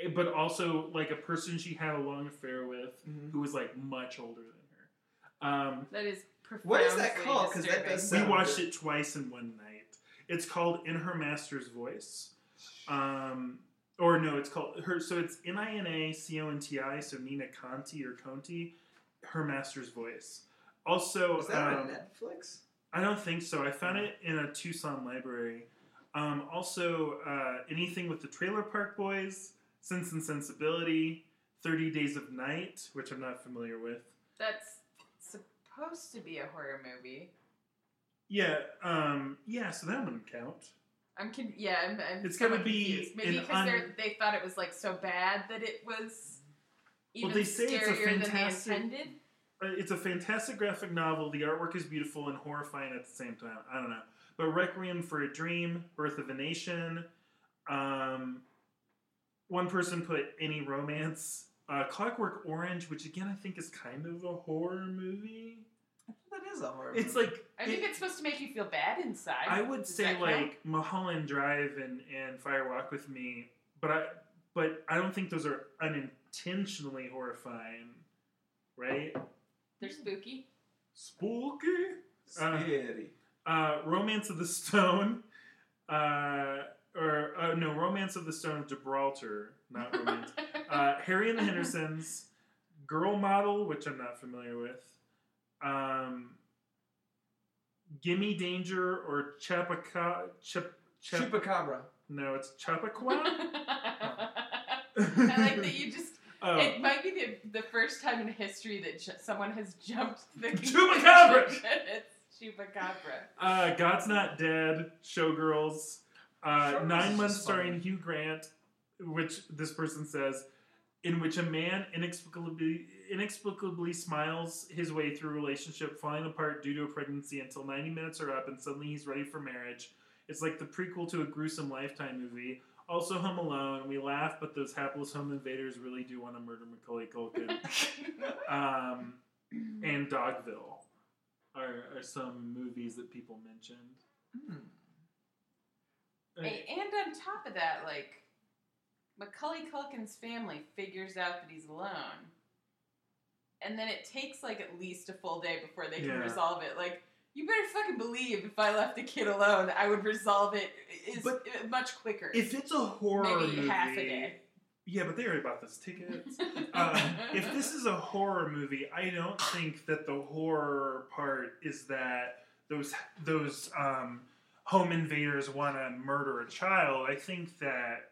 Speaker 1: eh, but also like a person she had a long affair with,
Speaker 2: Mhm.
Speaker 1: who was like much older than her. Um,
Speaker 3: That is
Speaker 2: What is that
Speaker 3: profoundly
Speaker 2: called? 'Cause that
Speaker 3: disturbing.
Speaker 2: does
Speaker 1: we
Speaker 2: sound
Speaker 1: watched
Speaker 2: good.
Speaker 1: it twice in one night. It's called In Her Master's Voice. Um, or no, it's called her. So it's N I N A C O N T I. So Nina Conti or Conti, Her Master's Voice. Also,
Speaker 2: Oh, Is that
Speaker 1: um,
Speaker 2: on Netflix?
Speaker 1: I don't think so. I found it in a Tucson library. Um, also, uh, anything with the Trailer Park Boys, Sense and Sensibility, Thirty Days of Night, which I'm not familiar with.
Speaker 3: That's supposed to be a horror movie.
Speaker 1: Yeah, um, yeah. So that wouldn't count.
Speaker 3: I'm con- yeah, I'm, I'm
Speaker 1: It's gonna
Speaker 3: somewhat
Speaker 1: be
Speaker 3: confused. maybe
Speaker 1: an
Speaker 3: because
Speaker 1: un-
Speaker 3: they're they thought it was like so bad that it was even
Speaker 1: Well, they say it's a
Speaker 3: scarier
Speaker 1: fantastic-
Speaker 3: than they intended.
Speaker 1: Uh, it's a fantastic graphic novel. The artwork is beautiful and horrifying at the same time. I don't know. But Requiem for a Dream, Birth of a Nation. Um, one person put Any Romance. Uh, Clockwork Orange, which again I think is kind of a horror movie.
Speaker 2: That is a horror.
Speaker 1: It's
Speaker 2: movie.
Speaker 1: like
Speaker 3: I think
Speaker 1: it-
Speaker 3: it's supposed to make you feel bad inside.
Speaker 1: I would
Speaker 3: Does
Speaker 1: say
Speaker 3: that count?
Speaker 1: like Mulholland Drive and and Fire Walk with Me, but I but I don't think those are unintentionally horrifying, right?
Speaker 3: they're spooky.
Speaker 1: Spooky. uh,
Speaker 2: scary.
Speaker 1: Uh, Romance of the Stone, uh, or uh, no, Romance of the Stone of Gibraltar, not Romance. uh, Harry and the Hendersons, Girl Model, which I'm not familiar with, um, Gimme Danger or Chapaca. Chap, chap,
Speaker 2: Chupacabra.
Speaker 1: no, it's Chappaqua.
Speaker 3: I
Speaker 1: I
Speaker 3: like that you just.
Speaker 1: Oh.
Speaker 3: It might be the, the first time in history that j- someone has jumped the
Speaker 1: Chupacabra!
Speaker 3: conclusion that it's chupacabra.
Speaker 1: Uh, God's Not Dead, Showgirls, uh,
Speaker 2: Showgirls
Speaker 1: Nine
Speaker 2: is
Speaker 1: Months
Speaker 2: just
Speaker 1: starring
Speaker 2: fun.
Speaker 1: Hugh Grant, which this person says, in which a man inexplicably inexplicably smiles his way through a relationship falling apart due to a pregnancy until 90 minutes are up and suddenly he's ready for marriage. It's like the prequel to a gruesome Lifetime movie. Also, Home Alone. We laugh, but those hapless home invaders really do want to murder Macaulay Culkin. um, and Dogville are, are some movies that people mentioned.
Speaker 2: Hmm.
Speaker 3: A- and on top of that, like Macaulay Culkin's family figures out that he's alone, and then it takes like at least a full day before they can
Speaker 1: Yeah.
Speaker 3: resolve it. Like, you better fucking believe if I left the kid alone, I would resolve it is
Speaker 1: But
Speaker 3: much quicker.
Speaker 1: If it's a horror
Speaker 3: Maybe
Speaker 1: movie,
Speaker 3: half a day.
Speaker 1: yeah, but they already bought those tickets. uh, if this is a horror movie, I don't think that the horror part is that those those um, home invaders want to murder a child. I think that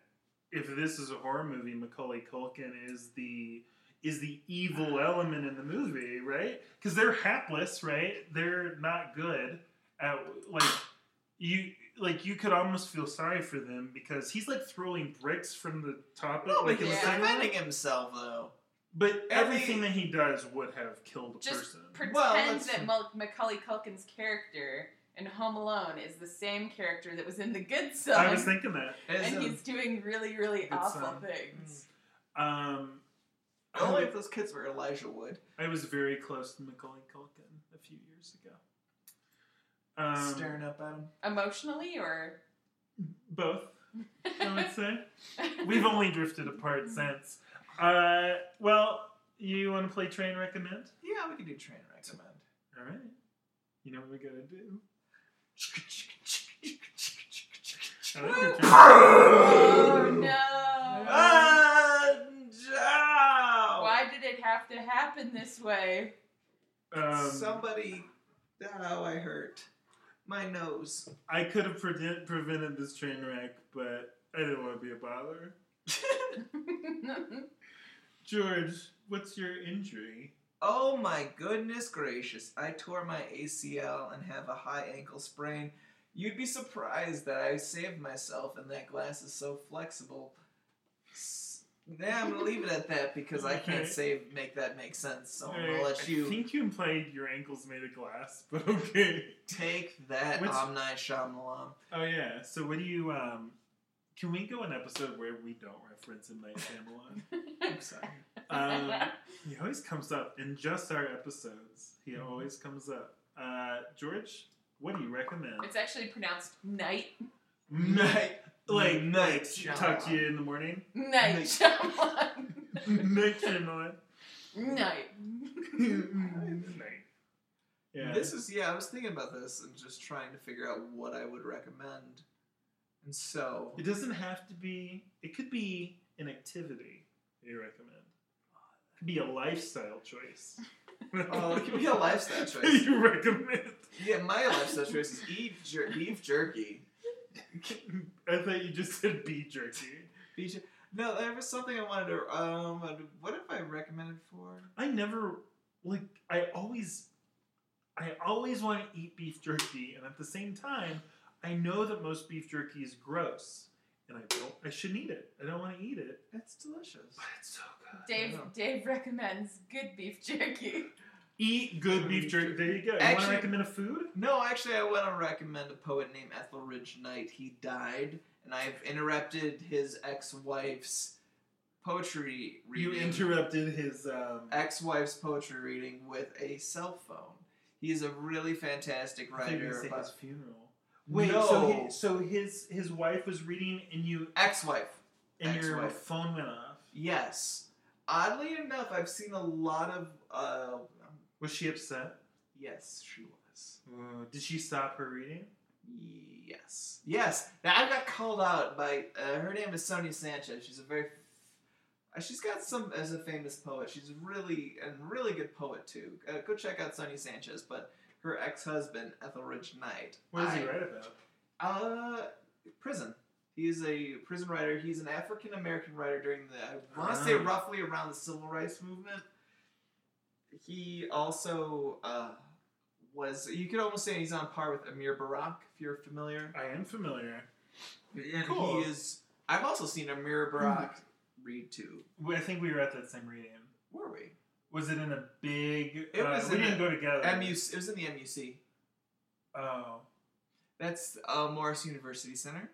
Speaker 1: if this is a horror movie, Macaulay Culkin is the is the evil element in the movie, right? Because they're hapless, right? They're not good at like you. Like you could almost feel sorry for them because he's like throwing bricks from the top.
Speaker 2: No,
Speaker 1: of, like
Speaker 2: but
Speaker 1: in
Speaker 2: he's
Speaker 1: the second one.
Speaker 2: defending himself though.
Speaker 1: But
Speaker 2: I
Speaker 1: everything
Speaker 2: mean-
Speaker 1: that he does would have killed a
Speaker 3: just
Speaker 1: person.
Speaker 3: pretend
Speaker 2: Well, let's-
Speaker 3: that Mul- Macaulay Culkin's character in Home Alone is the same character that was in The Good Son,
Speaker 1: I was thinking that.
Speaker 2: As
Speaker 3: and
Speaker 2: a-
Speaker 3: he's doing really, really
Speaker 1: Good
Speaker 3: awful
Speaker 1: Son.
Speaker 3: things.
Speaker 1: Um,
Speaker 2: only
Speaker 1: I,
Speaker 2: if those kids were Elijah Wood.
Speaker 1: I was very close to Macaulay Culkin a few years ago. Um,
Speaker 2: staring up at him.
Speaker 3: Emotionally, or
Speaker 1: Both, I would say. We've only drifted apart since. Uh, well, you want to play Train Recommend?
Speaker 2: Yeah, we can do train recommend.
Speaker 1: All right. You know what we got to do. I like your train.
Speaker 3: Oh no!
Speaker 2: Ah, no!
Speaker 3: Why did it have to happen this way?
Speaker 1: Um,
Speaker 2: Somebody, oh, I hurt my nose.
Speaker 1: I could have prevent- prevented this train wreck, but I didn't want to be a bother. George, what's your injury?
Speaker 2: Oh my goodness gracious! I tore my ACL and have a high ankle sprain. You'd be surprised that I saved myself, and that glass is so flexible. S- Yeah, I'm gonna leave it at that because I
Speaker 1: Okay.
Speaker 2: can't save make that make sense. So I'm gonna
Speaker 1: I-
Speaker 2: let you
Speaker 1: I think you implied your ankle's made of glass, but okay.
Speaker 2: take that.
Speaker 1: What's-
Speaker 2: Om Night Shyamalan.
Speaker 1: Oh yeah. So what do you um? Can we go an episode where we don't reference M Night Shyamalan?
Speaker 2: I'm sorry.
Speaker 1: um, he always comes up in just our episodes. He
Speaker 2: Mm-hmm.
Speaker 1: always comes up. Uh, George, what do you recommend?
Speaker 3: it's actually pronounced night.
Speaker 1: Night, like
Speaker 2: Night
Speaker 1: like, talk to you in the morning.
Speaker 3: Night, Shyamalan.
Speaker 1: Night Shyamalan.
Speaker 3: Night.
Speaker 1: Night. Yeah.
Speaker 2: This is yeah. I was thinking about this and just trying to figure out what I would recommend. And so
Speaker 1: It doesn't have to be. It could be an activity that you recommend. It could be a lifestyle choice.
Speaker 2: Oh, it could be a lifestyle choice.
Speaker 1: you recommend.
Speaker 2: yeah, my lifestyle choice is eat jer- beef jerky.
Speaker 1: I thought you just said bee jerky.
Speaker 2: Beef jer- no, there was something I wanted to. Um, what have I recommended for?
Speaker 1: I never like. I always, I always want to eat beef jerky, and at the same time, I know that most beef jerky is gross, and I don't. I shouldn't eat it. I don't want to eat it,
Speaker 2: It's delicious.
Speaker 1: but it's so good.
Speaker 3: Dave
Speaker 2: know.
Speaker 3: Dave recommends good beef jerky.
Speaker 1: Eat good beef jerky. There you go. You want to
Speaker 2: Actually-
Speaker 1: recommend a food?
Speaker 2: No, actually, I want to recommend a poet named Ethelridge Knight. He died, and I've interrupted his ex-wife's poetry reading.
Speaker 1: You interrupted his. Um,
Speaker 2: ex-wife's poetry reading with a cell phone. He is a really fantastic
Speaker 1: I thought you were gonna
Speaker 2: writer
Speaker 1: say
Speaker 2: about
Speaker 1: his funeral. Wait, so
Speaker 2: No.
Speaker 1: he, so his his wife was reading and you
Speaker 2: ex-wife.
Speaker 1: and your
Speaker 2: Ex-wife.
Speaker 1: phone went off.
Speaker 2: Yes. Oddly enough, I've seen a lot of. Uh, um,
Speaker 1: Was she upset?
Speaker 2: yes, she was.
Speaker 1: Uh, did she stop her reading?
Speaker 2: Yes. Yes. Now I got called out by uh, her name is Sonia Sanchez. She's a very uh, she's got some as a famous poet. She's really and really good poet too. Uh, go check out Sonia Sanchez. But her ex husband Ethelridge Knight.
Speaker 1: What does
Speaker 2: I-
Speaker 1: he write about?
Speaker 2: Uh, prison. He's a prison writer. He's an African American writer during the I want to say
Speaker 1: Ah.
Speaker 2: roughly around the civil rights movement. He also uh, was you could almost say he's on par with Amir Barak if you're familiar.
Speaker 1: I am familiar.
Speaker 2: And
Speaker 1: Cool. Hmm.
Speaker 2: he is. I've also seen Amir Barak read too.
Speaker 1: We- I think we were at that same reading.
Speaker 2: Were we?
Speaker 1: Was it in a big?
Speaker 2: It
Speaker 1: uh,
Speaker 2: was
Speaker 1: we
Speaker 2: in
Speaker 1: didn't
Speaker 2: a
Speaker 1: go together.
Speaker 2: MUC. It was in the MUC.
Speaker 1: Oh,
Speaker 2: That's uh, Morris University Center.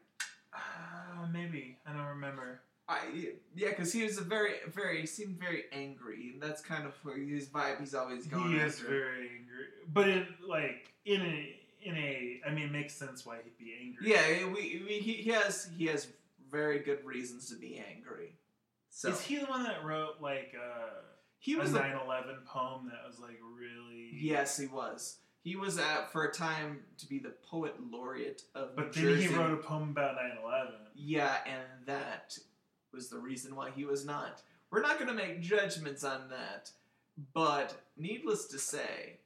Speaker 1: Ah, maybe I don't remember.
Speaker 2: I yeah, because he was a very very he seemed very angry, and that's kind of where his vibe. He's always going.
Speaker 1: he
Speaker 2: after.
Speaker 1: is very angry, but in like in a in a I mean, it makes sense why he'd be angry.
Speaker 2: Yeah, we, we he, he has he has very good reasons to be angry. So
Speaker 1: Is he the one that wrote like uh,
Speaker 2: he
Speaker 1: a
Speaker 2: was the-
Speaker 1: 9/11 poem that was like really?
Speaker 2: yes, he was. He was at for a time to be the poet laureate of
Speaker 1: But then
Speaker 2: New Jersey.
Speaker 1: he wrote a poem about 9/11.
Speaker 2: Yeah, and that was the reason why he was not. We're not going to make judgments on that, but needless to say,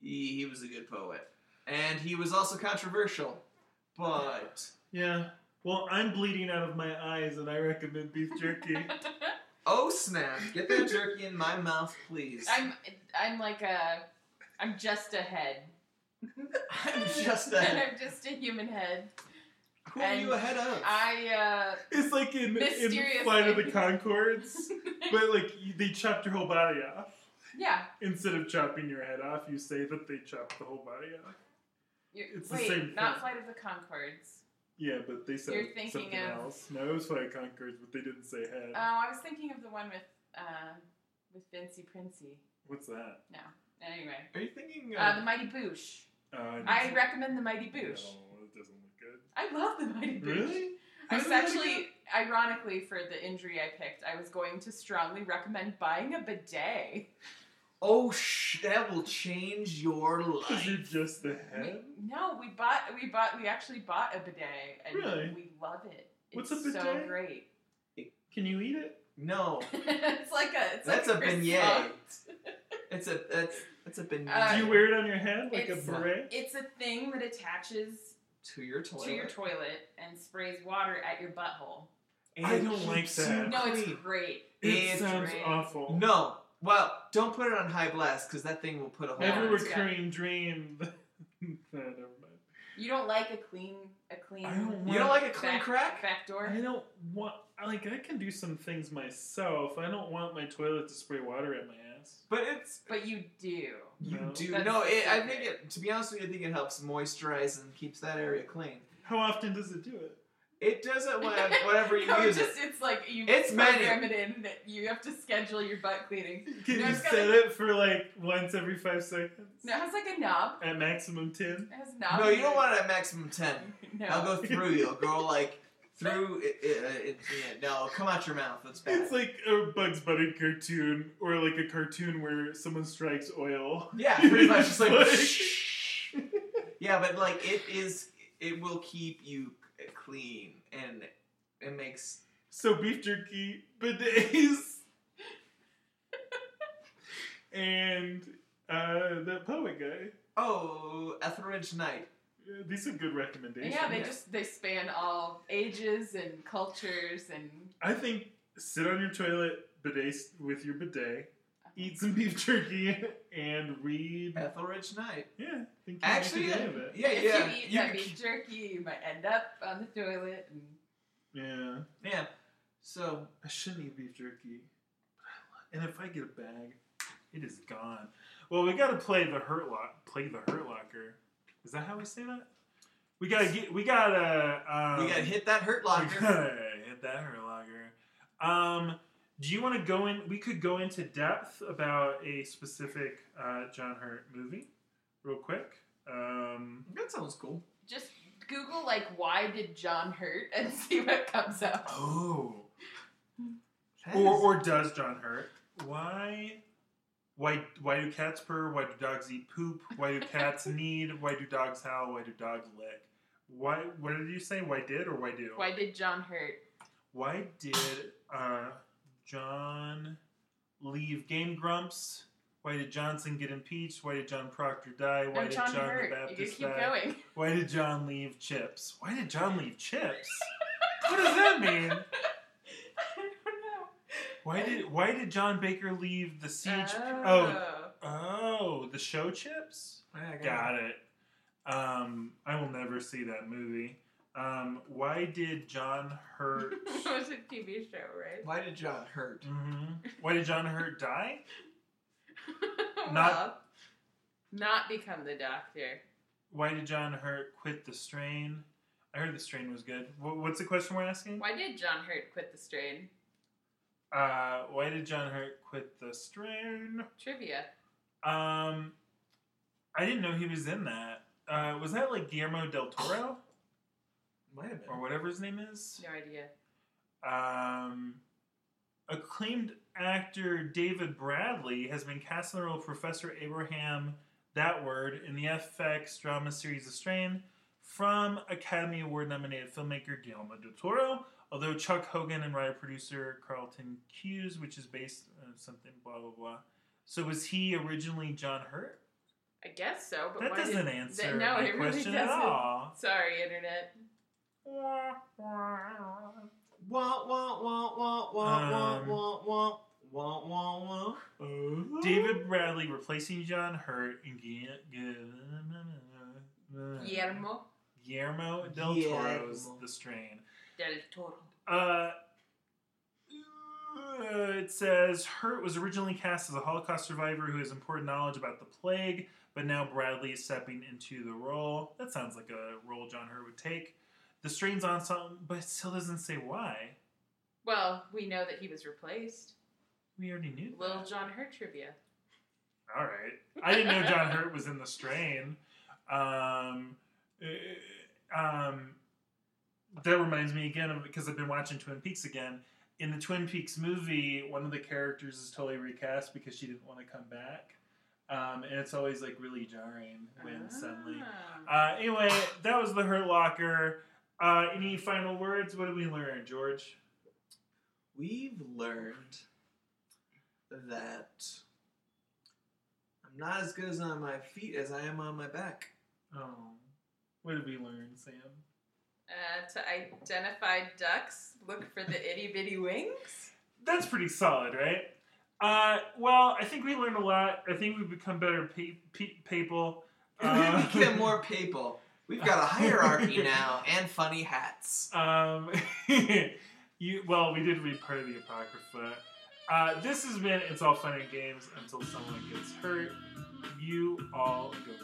Speaker 2: he, he was a good poet, and he was also controversial. But
Speaker 1: Yeah. Well, I'm bleeding out of my eyes, and I recommend beef jerky.
Speaker 2: oh snap! Get that jerky in my mouth, please.
Speaker 3: I'm I'm like a I'm just a head.
Speaker 2: I'm just a.
Speaker 3: I'm just a human head.
Speaker 2: Who are you
Speaker 3: And
Speaker 2: ahead of?
Speaker 3: I uh,
Speaker 1: it's like in, in
Speaker 3: Mysteriously.
Speaker 1: Flight of the Concords,
Speaker 3: uh
Speaker 1: but like you- they chopped your whole body off.
Speaker 3: yeah.
Speaker 1: Instead of chopping your head off, you say that they chopped the whole body off.
Speaker 3: You're,
Speaker 1: It's the
Speaker 3: wait,
Speaker 1: same
Speaker 3: not
Speaker 1: thing.
Speaker 3: Flight of the Concords.
Speaker 1: Yeah, but they said
Speaker 3: You're thinking
Speaker 1: something
Speaker 3: of-
Speaker 1: else. No, it was Flight of the Concords, but they didn't say head.
Speaker 3: Oh, I was thinking of the one with uh, with Vincy Princey.
Speaker 1: What's that?
Speaker 3: Anyway,
Speaker 2: Are you thinking?
Speaker 3: uh,
Speaker 2: Of,
Speaker 3: the Mighty Boosh.
Speaker 1: Uh,
Speaker 3: I
Speaker 1: didn't-
Speaker 3: recommend the Mighty Boosh.
Speaker 1: No, it doesn't look good.
Speaker 3: I love the Mighty Boosh.
Speaker 1: Really?
Speaker 3: I was
Speaker 1: Doesn't look
Speaker 3: actually,
Speaker 1: good?
Speaker 3: ironically, for the injury I picked, I was going to strongly recommend buying a bidet.
Speaker 2: oh, sh- that will change your
Speaker 1: 'Cause
Speaker 2: life.
Speaker 1: you're just the head?
Speaker 3: We- no, we bought, we bought, we actually bought a bidet, and
Speaker 1: Really?
Speaker 3: we love it.
Speaker 1: What's
Speaker 3: it's
Speaker 1: a
Speaker 3: So
Speaker 1: bidet?
Speaker 3: great.
Speaker 1: Can you eat it?
Speaker 2: No,
Speaker 3: it's like a. It's
Speaker 2: that's a
Speaker 3: like
Speaker 2: beignet.
Speaker 3: croissant.
Speaker 2: It's a that's that's a beignet.
Speaker 3: Uh,
Speaker 1: Do you wear it on your head like a
Speaker 3: It's-
Speaker 1: beret?
Speaker 3: It's a thing that attaches
Speaker 2: to your toilet.
Speaker 3: to your toilet and sprays water at your butthole.
Speaker 2: And
Speaker 1: I don't
Speaker 2: keeps
Speaker 1: like
Speaker 2: you
Speaker 1: that.
Speaker 3: No, it's
Speaker 2: clean.
Speaker 3: great.
Speaker 1: It
Speaker 2: It's
Speaker 1: sounds
Speaker 3: red.
Speaker 1: awful.
Speaker 2: no. Well, don't put it on high blast because that thing will put a hole.
Speaker 1: Every
Speaker 3: Yeah,
Speaker 2: in it.
Speaker 3: it's
Speaker 1: recurring dream. no, never mind.
Speaker 3: You don't like a clean, a clean.
Speaker 1: I don't
Speaker 2: You don't like a clean
Speaker 3: back-
Speaker 2: crack?
Speaker 3: back door.
Speaker 1: I don't want like I can do some things myself. I don't want my toilet to spray water at my ass.
Speaker 2: But it's
Speaker 3: But you do.
Speaker 2: you
Speaker 1: No.
Speaker 2: do
Speaker 3: That's
Speaker 2: no. It, I think
Speaker 3: okay.
Speaker 2: it. To be honest with you, I think it helps moisturize and keeps that area clean.
Speaker 1: How often does it do it?
Speaker 2: It does it when, whenever you
Speaker 3: No,
Speaker 2: use it.
Speaker 3: just, It's like you
Speaker 2: It's
Speaker 3: program it in that you have to schedule your butt cleaning.
Speaker 1: Can
Speaker 3: No,
Speaker 1: you
Speaker 3: it's
Speaker 1: set
Speaker 3: gotta-
Speaker 1: it for like once every five seconds?
Speaker 3: No, it has like a knob.
Speaker 1: At maximum ten.
Speaker 3: It has a knob.
Speaker 2: No, you don't want it at maximum ten.
Speaker 3: No.
Speaker 2: I'll go through you. I'll go like through. It, it, it, yeah, no, come out your mouth. That's bad.
Speaker 1: It's like a Bugs Bunny cartoon, or like a cartoon where someone strikes oil.
Speaker 2: yeah, pretty much.
Speaker 1: It's
Speaker 2: It's like,
Speaker 1: like-
Speaker 2: yeah, but like it is. It will keep you c- clean, and it makes.
Speaker 1: So beef jerky, bidets, and uh, that poet guy.
Speaker 2: Oh, Etheridge Knight.
Speaker 1: Yeah, these are good recommendations.
Speaker 3: Yeah, they
Speaker 2: Yeah.
Speaker 3: just they span all ages and cultures and
Speaker 1: I think sit on your toilet, bidet with your bidet, eat some beef jerky, and read.
Speaker 2: Etheridge Knight.
Speaker 1: Yeah, I think you
Speaker 2: Actually,
Speaker 1: make a
Speaker 2: yeah,
Speaker 1: day of it.
Speaker 2: yeah,
Speaker 3: if
Speaker 2: yeah.
Speaker 3: you eat
Speaker 2: you
Speaker 3: that
Speaker 2: could
Speaker 3: beef jerky, you might end up on the toilet. And
Speaker 1: Yeah,
Speaker 2: Yeah. So
Speaker 1: I shouldn't eat beef jerky, and if I get a bag, it is gone. Well, we got to play the hurt lock. Play the hurt locker. Is that how we say that? We gotta get. We gotta. Um,
Speaker 2: we gotta hit that hurt locker.
Speaker 1: We gotta hit that hurt locker. Um, do you want to go in? We could go into depth about a specific uh, John Hurt movie. real quick. Um,
Speaker 2: That sounds cool.
Speaker 3: Just Google like why did John hurt and see what comes up.
Speaker 1: oh.
Speaker 2: That
Speaker 1: Or,
Speaker 2: is-
Speaker 1: or does John hurt? Why? Why, why do cats purr? Why do dogs eat poop? Why do cats need? Why do dogs howl? Why do dogs lick? Why? What did you say? Why did or why do?
Speaker 3: Why did John hurt?
Speaker 1: Why did uh, John leave Game Grumps? Why did Johnson get impeached? Why did John Proctor die? Why
Speaker 3: no,
Speaker 1: did
Speaker 3: John,
Speaker 1: John
Speaker 3: hurt.
Speaker 1: the
Speaker 3: you
Speaker 1: Baptist
Speaker 3: keep
Speaker 1: die?
Speaker 3: going.
Speaker 1: Why did John leave Chips? Why did John leave Chips? what does that mean?
Speaker 3: I don't
Speaker 1: Why did Why did John Baker leave the siege?
Speaker 3: know.
Speaker 1: Oh, oh, the show Chips.
Speaker 2: Yeah, I
Speaker 1: Got it. Um, I will never see that movie. Um, why did John hurt?
Speaker 3: it was a TV show, right?
Speaker 2: Why did John hurt?
Speaker 1: Mhm. Why did John hurt die?
Speaker 3: well,
Speaker 1: Not-
Speaker 3: not become the doctor.
Speaker 1: Why did John Hurt quit the strain? I heard the strain was good. Wh- What's the question we're asking?
Speaker 3: Why did John Hurt quit the strain?
Speaker 1: Uh, why did John Hurt quit the strain?
Speaker 3: Trivia.
Speaker 1: Um, I didn't know he was in that. Uh, was that like Guillermo del Toro
Speaker 2: Might have
Speaker 1: or
Speaker 2: been.
Speaker 1: whatever his name is?
Speaker 3: No idea.
Speaker 1: Um, acclaimed actor David Bradley has been cast in the role of Professor Abraham That Word in the FX drama series The Strain from Academy Award nominated filmmaker Guillermo del Toro. Although Chuck Hogan and writer producer Carlton Hughes, which is based on something blah blah blah. So was he originally John Hurt?
Speaker 3: I guess so, but
Speaker 1: That
Speaker 3: why
Speaker 1: doesn't
Speaker 3: did...
Speaker 1: answer
Speaker 3: that- no,
Speaker 1: my
Speaker 3: it really
Speaker 1: question at
Speaker 3: doesn't.
Speaker 1: all.
Speaker 3: Sorry, internet.
Speaker 2: Wah, wah, wah, wah, wah,
Speaker 1: Um, Uh-huh.
Speaker 2: wah, wah, wah, wah, wah, wah.
Speaker 1: David Bradley replacing John Hurt and Gu- Gu-
Speaker 3: Guillermo
Speaker 1: Guillermo del Toro's
Speaker 2: Guillermo.
Speaker 1: The Strain.
Speaker 3: del Toro.
Speaker 1: Uh, it says Hurt was originally cast as a Holocaust survivor who has important knowledge about the plague, but now Bradley is stepping into the role. That sounds like a role John Hurt would take. The strain's on some, but it still doesn't say why.
Speaker 3: Well, we know that he was replaced.
Speaker 1: We already knew. that.
Speaker 3: Little John Hurt trivia.
Speaker 1: All right. I didn't know John Hurt was in the strain. Um, uh, um, that reminds me again of because I've been watching Twin Peaks again. In the Twin Peaks movie, one of the characters is totally recast because she didn't want to come back. Um, and it's always like really jarring when suddenly.
Speaker 3: Ah.
Speaker 1: Uh, anyway, that was the Hurt Locker. Uh, any final words? What did we learn, George?
Speaker 2: We've learned that I'm not as good as on my feet as I am on my back.
Speaker 1: Oh, what did we learn, Sam?
Speaker 3: Uh, to identify ducks, look for the itty bitty wings.
Speaker 1: that's pretty solid, right? Uh, well, I think we learned a lot. I think we've become better pe- pe- people. Uh,
Speaker 2: we get more people. We've got a hierarchy now and funny hats.
Speaker 1: Um, you well, we did read part of the apocrypha. Uh, this has been it's all fun and games until someone gets hurt. You all go